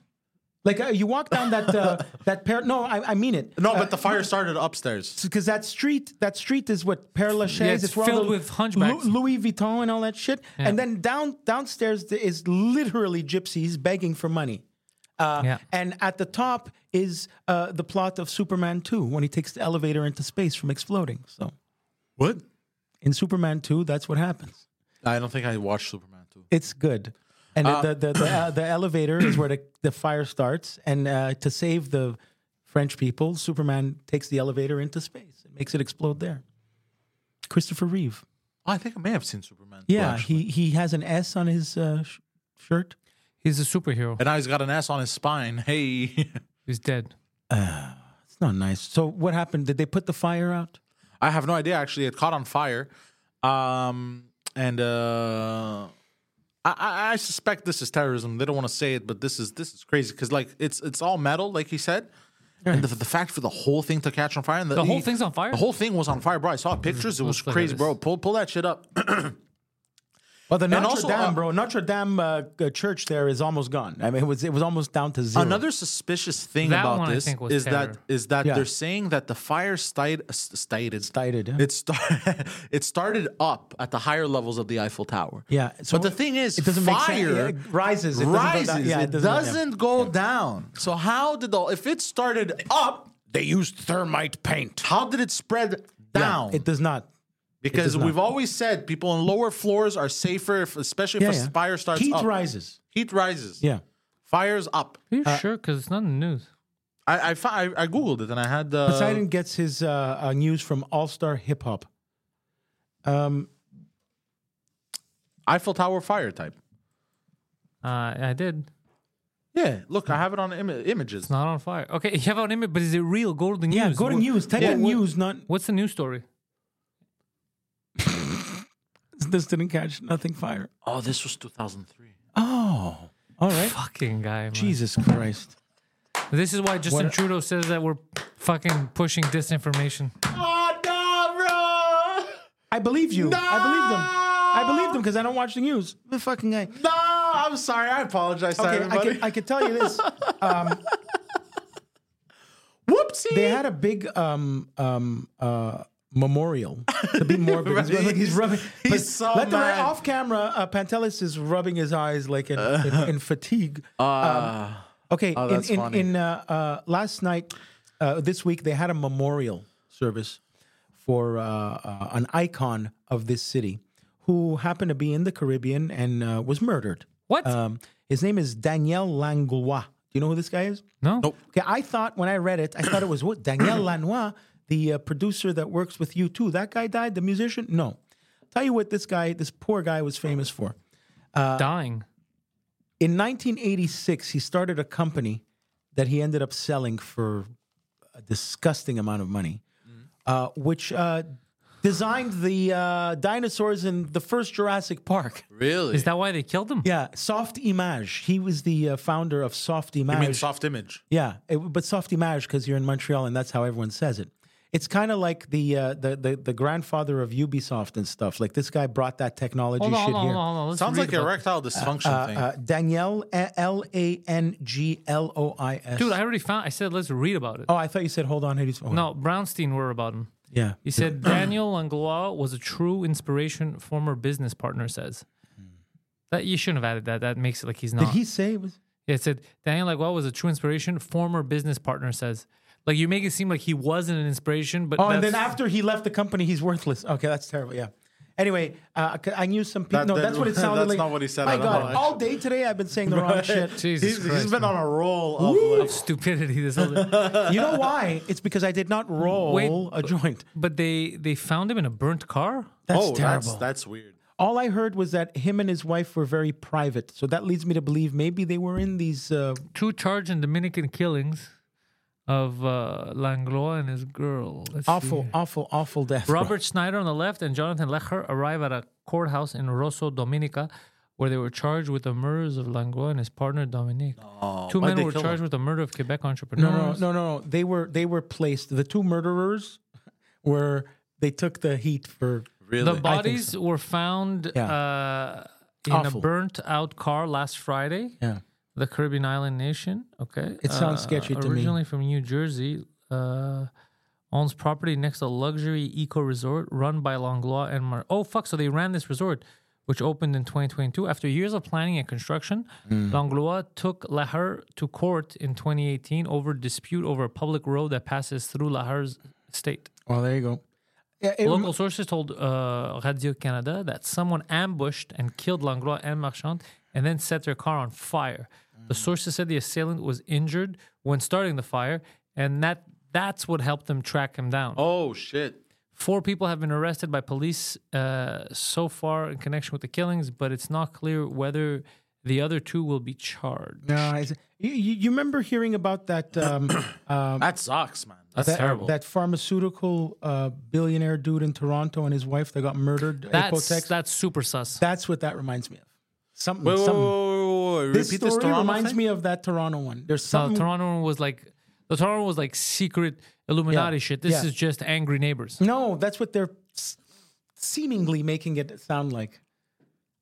Speaker 1: Like uh, you walk down that
Speaker 3: [laughs]
Speaker 1: uh, that pair. No, I, I mean it.
Speaker 2: no, but the
Speaker 1: [laughs]
Speaker 2: fire started upstairs.
Speaker 1: because that street that street is what Père Lachaise
Speaker 3: Yeah, it's
Speaker 1: where all
Speaker 3: filled
Speaker 1: the
Speaker 3: with hunchbacks.
Speaker 1: Lu- Louis Vuitton and all that shit. And then down downstairs there is literally gypsies begging for money. Uh,
Speaker 3: Yeah.
Speaker 1: And at the top is uh, the plot of Superman 2 when he takes the elevator into space from exploding. So
Speaker 2: What?
Speaker 1: in Superman 2, that's what happens.
Speaker 2: I don't think I watched Superman too.
Speaker 1: It's good. And the the the,
Speaker 2: [clears throat]
Speaker 1: uh, the elevator is where the, the fire starts. And uh, to save the French people, Superman takes the elevator into space and makes it explode there. Christopher Reeve.
Speaker 2: Oh, I think I may have seen Superman. too,
Speaker 1: Yeah,
Speaker 2: actually.
Speaker 1: he, he has an S on his uh, sh- shirt.
Speaker 3: He's a superhero.
Speaker 2: and now he's got an ass on his spine. Hey, [laughs]
Speaker 3: He's dead.
Speaker 1: It's not nice. So what happened? Did they put the fire out?
Speaker 2: I have no idea. Actually, it caught on fire, um, and uh, I- I, I suspect this is terrorism. They don't want to say it, but this is this is crazy because like it's it's all metal, like he said. And the, the fact for the whole thing to catch on fire, and
Speaker 3: The whole thing's on fire?
Speaker 2: The whole thing was on fire, bro. I saw pictures. It was
Speaker 3: look at
Speaker 2: crazy, bro.
Speaker 3: this.
Speaker 2: Pull pull that shit
Speaker 3: [clears throat]
Speaker 2: up.
Speaker 1: Well, the Notre
Speaker 2: also,
Speaker 1: Dame,
Speaker 2: uh,
Speaker 1: bro, Notre Dame uh, g- church there is almost gone. I mean, it was it was almost down to zero.
Speaker 2: Another suspicious thing
Speaker 3: That
Speaker 2: about
Speaker 3: one I
Speaker 2: this
Speaker 3: think was
Speaker 2: is that
Speaker 3: terror.
Speaker 2: is that
Speaker 1: Yeah.
Speaker 2: they're saying that the fire stayed stated
Speaker 1: Started, yeah.
Speaker 2: It started [laughs] it started up at the higher levels of the Eiffel Tower.
Speaker 1: Yeah, so
Speaker 2: but the thing is,
Speaker 1: it doesn't make
Speaker 2: fire
Speaker 1: sense. Yeah, it rises. It doesn't go down.
Speaker 2: rises.
Speaker 1: Yeah,
Speaker 2: it,
Speaker 1: it doesn't-
Speaker 2: doesn't,
Speaker 1: yeah.
Speaker 2: go down. So how did the if it started up? They used thermite paint. How did it spread
Speaker 1: Yeah,
Speaker 2: down?
Speaker 1: it does not.
Speaker 2: because
Speaker 1: not.
Speaker 2: we've always said people on lower floors are safer, if, especially
Speaker 1: Yeah,
Speaker 2: if
Speaker 1: yeah.
Speaker 2: a fire starts
Speaker 1: Heat
Speaker 2: up.
Speaker 1: rises.
Speaker 2: Heat rises.
Speaker 1: Yeah.
Speaker 2: Fire's up.
Speaker 3: Are you sure? Because it's not in the news.
Speaker 2: I I, fi- I I googled it and I had uh,
Speaker 1: Poseidon gets his uh, uh, news from All Star Hip Hop. Um,
Speaker 2: Eiffel Tower fire type.
Speaker 3: Uh, I did.
Speaker 2: Yeah, look, I have it on Im- images.
Speaker 3: It's not on fire. Okay, [laughs] you have an image, but is it real? Go to the news.
Speaker 1: yeah, go to
Speaker 3: What-
Speaker 1: news. Type
Speaker 2: Yeah,
Speaker 1: in
Speaker 2: what-
Speaker 1: news. Not
Speaker 3: What's the news story?
Speaker 1: this didn't catch nothing fire.
Speaker 2: Oh, this was 2003.
Speaker 1: Oh, all right.
Speaker 3: Fucking guy, man.
Speaker 1: Jesus Christ.
Speaker 3: This is why Justin
Speaker 1: What-
Speaker 3: Trudeau says that we're fucking pushing disinformation.
Speaker 2: Oh no, bro!
Speaker 1: I believe you. I believe them. I believe them because I don't watch the news. The fucking guy.
Speaker 2: No, I'm sorry. I apologize to
Speaker 1: Okay, I
Speaker 2: everybody.
Speaker 1: can, I can tell you [laughs] this.
Speaker 2: Whoopsie!
Speaker 1: They had a big um um uh memorial to
Speaker 2: [laughs]
Speaker 1: be morbid. He's,
Speaker 2: Right,
Speaker 1: like, he's
Speaker 2: he's-
Speaker 1: rubbing.
Speaker 2: [laughs] he's
Speaker 1: but
Speaker 2: so
Speaker 1: let the
Speaker 2: mad.
Speaker 1: off camera. Uh, Pantelis is rubbing his eyes like in, in,
Speaker 2: [laughs]
Speaker 1: in fatigue. um, okay,
Speaker 2: Uh. oh,
Speaker 1: in
Speaker 2: that's
Speaker 1: in,
Speaker 2: funny.
Speaker 1: in uh, uh, last night, uh, this week they had a memorial service for uh, uh, an icon of this city who happened to be in the Caribbean and uh, was murdered.
Speaker 3: What?
Speaker 1: Um, his name is Daniel Langlois. Do you know who this guy is?
Speaker 3: no?
Speaker 1: Okay, I thought when I read it, I thought it was what
Speaker 2: [clears throat]
Speaker 1: Daniel Lanois, the uh, producer that works with you too. That guy died, the musician. No, tell you what, this guy, this poor guy, was famous for. Uh,
Speaker 3: Dying.
Speaker 1: In 1986, he started a company that he ended up selling for a disgusting amount of money,
Speaker 2: Mm.
Speaker 1: uh, which uh, designed the uh, dinosaurs in the first Jurassic Park.
Speaker 2: really?
Speaker 3: Is that why they killed him?
Speaker 1: Yeah, Soft Image. He was the uh, founder of Soft Image.
Speaker 2: you mean soft image?
Speaker 1: Yeah, it, but soft image because you're in Montreal and that's how everyone says it. It's kind of like the, uh, the the the grandfather of Ubisoft and stuff. Like this guy brought that technology
Speaker 3: Hold on, hold
Speaker 1: shit
Speaker 3: on,
Speaker 1: here.
Speaker 3: hold on, hold on. Let's
Speaker 2: Sounds
Speaker 3: read
Speaker 2: like
Speaker 3: about-
Speaker 2: erectile dysfunction thing. [laughs]
Speaker 1: Uh, Danielle L A N G L O I S.
Speaker 3: Dude, I already found. I said let's read about it.
Speaker 1: oh, I thought you said hold on. How do you spell-
Speaker 3: No, Brownstein wrote about him.
Speaker 1: yeah.
Speaker 3: He
Speaker 1: [clears throat]
Speaker 3: said Daniel Langlois was a true inspiration. Former business partner says that you shouldn't have added that. That makes it like he's not.
Speaker 1: Hmm. Did he say it was?
Speaker 3: Yeah, it said Daniel Langlois was a true inspiration. Former business partner says. Like you make it seem like he wasn't an inspiration, but
Speaker 1: Oh, and then
Speaker 3: that's-
Speaker 1: after he left the company, he's worthless. Okay, that's terrible. Yeah, Anyway, uh, I c- I knew some people.
Speaker 2: That-
Speaker 1: no,
Speaker 2: that-
Speaker 1: that's what it
Speaker 2: [laughs]
Speaker 1: sounded
Speaker 2: that's
Speaker 1: like.
Speaker 2: not what he said
Speaker 1: My
Speaker 2: at all,
Speaker 1: God,
Speaker 2: actually.
Speaker 1: all day today I've been saying the
Speaker 3: [laughs]
Speaker 1: wrong shit.
Speaker 3: Jesus
Speaker 2: he's, he's
Speaker 3: Christ,
Speaker 2: been on a roll of like,
Speaker 3: of stupidity. This whole
Speaker 1: [laughs] You know why? It's because I did not roll
Speaker 3: Wait,
Speaker 1: a joint.
Speaker 3: But they they found him in a burnt car.
Speaker 1: That's
Speaker 2: oh,
Speaker 1: terrible.
Speaker 2: that's that's weird.
Speaker 1: All I heard was that him and his wife were very private. So that leads me to believe maybe they were in these. Uh,
Speaker 3: Two charged in Dominican killings of uh, Langlois and his girl. Let's see
Speaker 1: awful,
Speaker 3: here.
Speaker 1: awful, awful death. bro.
Speaker 3: Robert Schneider on the left and Jonathan Lecher arrive at a courthouse in Rosso Dominica, where they were charged with the murders of Langlois and his partner Dominique. Two
Speaker 2: why'd
Speaker 3: men
Speaker 2: they
Speaker 3: were
Speaker 2: kill
Speaker 3: charged
Speaker 2: him?
Speaker 3: with the murder of Quebec
Speaker 1: No, no,
Speaker 3: entrepreneurs.
Speaker 1: no, no, no. They were they were placed. The two murderers were. They took the heat for.
Speaker 2: Really?
Speaker 3: The bodies were found
Speaker 1: Yeah.
Speaker 3: uh, in
Speaker 1: Awful.
Speaker 3: a burnt out car last Friday.
Speaker 1: Yeah.
Speaker 3: The Caribbean island nation. Okay. Uh,
Speaker 1: It sounds sketchy to me.
Speaker 3: Originally from New Jersey, uh, owns property next to a luxury eco resort run by Langlois and Mar. Oh, fuck. So they ran this resort, which opened in 2022. After years of planning and construction,
Speaker 1: Mm.
Speaker 3: Langlois took Lahar to court in 2018 over dispute over a public road that passes through Lahar's estate.
Speaker 1: Well, there you go. Yeah, it
Speaker 3: Local sources told uh, Radio Canada that someone ambushed and killed Langlois and Marchand and then set their car on fire. The sources said the assailant was injured when starting the fire, and that that's what helped them track him down.
Speaker 2: Oh shit!
Speaker 3: Four people have been arrested by police uh, so far in connection with the killings, but it's not clear whether the other two will be charged.
Speaker 1: No, I see. you, you you remember hearing about
Speaker 3: [clears throat]
Speaker 1: that um, um,
Speaker 2: That sucks, man.
Speaker 3: That's
Speaker 1: that,
Speaker 3: terrible.
Speaker 1: that pharmaceutical uh, billionaire dude in Toronto and his wife that got murdered?
Speaker 3: that's
Speaker 1: Apotex?
Speaker 3: that's super sus.
Speaker 1: That's what that reminds me of. Something.
Speaker 2: Wait, wait, wait, wait,
Speaker 1: something.
Speaker 2: wait, wait.
Speaker 1: This
Speaker 2: Repeat
Speaker 1: story
Speaker 2: this Toronto
Speaker 1: reminds
Speaker 2: thing?
Speaker 1: me of that Toronto one. There's
Speaker 3: No,
Speaker 1: something.
Speaker 3: Toronto one was like the Toronto one was like secret Illuminati
Speaker 1: Yeah.
Speaker 3: shit. This
Speaker 1: Yeah.
Speaker 3: is just angry neighbors.
Speaker 1: no, that's what they're s- seemingly making it sound like.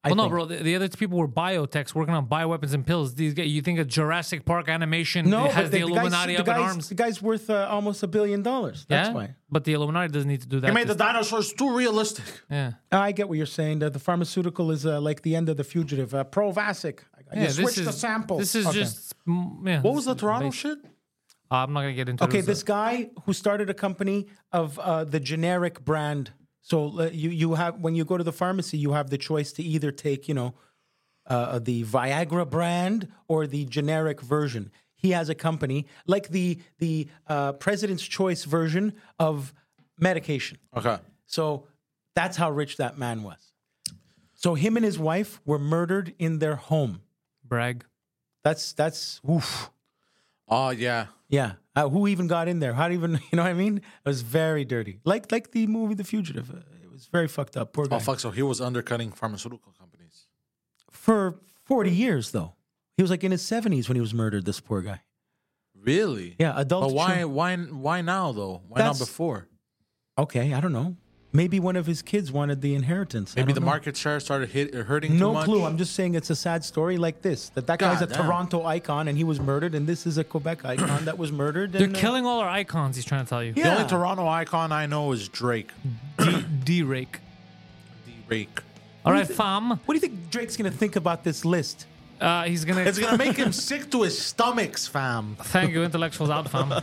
Speaker 1: I
Speaker 3: well, no,
Speaker 1: think.
Speaker 3: bro. The, the other people were biotechs working on bioweapons and pills. These guys, you think a Jurassic Park animation
Speaker 1: No,
Speaker 3: has
Speaker 1: but
Speaker 3: the,
Speaker 1: the,
Speaker 3: Illuminati
Speaker 1: guy's,
Speaker 3: up
Speaker 1: the,
Speaker 3: in
Speaker 1: guy's,
Speaker 3: arms?
Speaker 1: the guy's worth uh, almost a billion dollars. That's
Speaker 3: yeah,
Speaker 1: why.
Speaker 3: but the Illuminati doesn't need to do that.
Speaker 2: He made the
Speaker 3: to-
Speaker 2: dinosaurs too realistic.
Speaker 3: yeah,
Speaker 1: I get what you're saying. That the pharmaceutical is uh, like the end of the fugitive. Uh, Provasic.
Speaker 3: yeah.
Speaker 1: you switch the sample.
Speaker 3: This is
Speaker 1: Okay.
Speaker 3: just mm, yeah.
Speaker 2: What was the
Speaker 3: this is
Speaker 2: Toronto
Speaker 3: base. Ah,
Speaker 2: shit?
Speaker 3: I'm not gonna get into.
Speaker 1: Okay,
Speaker 3: it.
Speaker 1: this guy who started a company of uh, the generic brand. So uh, you you have when you go to the pharmacy, you have the choice to either take you know uh, the Viagra brand or the generic version. He has a company like the the uh, President's Choice version of medication.
Speaker 2: Okay.
Speaker 1: So that's how rich that man was. So him and his wife were murdered in their home.
Speaker 3: uh, brag.
Speaker 1: That's that's oof.
Speaker 2: Oh yeah.
Speaker 1: Yeah. Uh, who even got in there? How do you even, [laughs] you know what I mean? It was very dirty. Like like the movie The Fugitive. Uh, It was very fucked up. Poor guy.
Speaker 2: Oh fuck! So he was undercutting pharmaceutical companies.
Speaker 1: For 40 years, though. He was like in his 70s when he was murdered, this poor guy.
Speaker 2: Really?
Speaker 1: Yeah, adult
Speaker 2: But why?
Speaker 1: chil-
Speaker 2: Why? Why now though? Why
Speaker 1: That's-
Speaker 2: not before?
Speaker 1: Okay, I don't know. Maybe one of his kids wanted the inheritance. I
Speaker 2: Maybe
Speaker 1: don't
Speaker 2: the
Speaker 1: know.
Speaker 2: market share started hit, hurting too
Speaker 1: No
Speaker 2: much.
Speaker 1: clue. I'm just saying it's a sad story like this. That that guy's a
Speaker 2: Goddamn.
Speaker 1: Toronto icon and he was murdered, and this is a Quebec icon that was murdered.
Speaker 3: They're
Speaker 1: and, uh,
Speaker 3: killing all our icons. He's trying to tell you.
Speaker 2: The
Speaker 1: Yeah.
Speaker 2: only Toronto icon I know is Drake.
Speaker 3: D, D rake.
Speaker 2: Drake.
Speaker 3: All right, fam.
Speaker 1: What do you think Drake's gonna think about this list?
Speaker 3: Uh, he's gonna. [laughs]
Speaker 2: It's gonna make him sick to his stomachs, fam.
Speaker 1: [laughs]
Speaker 3: Thank you, intellectuals out, fam.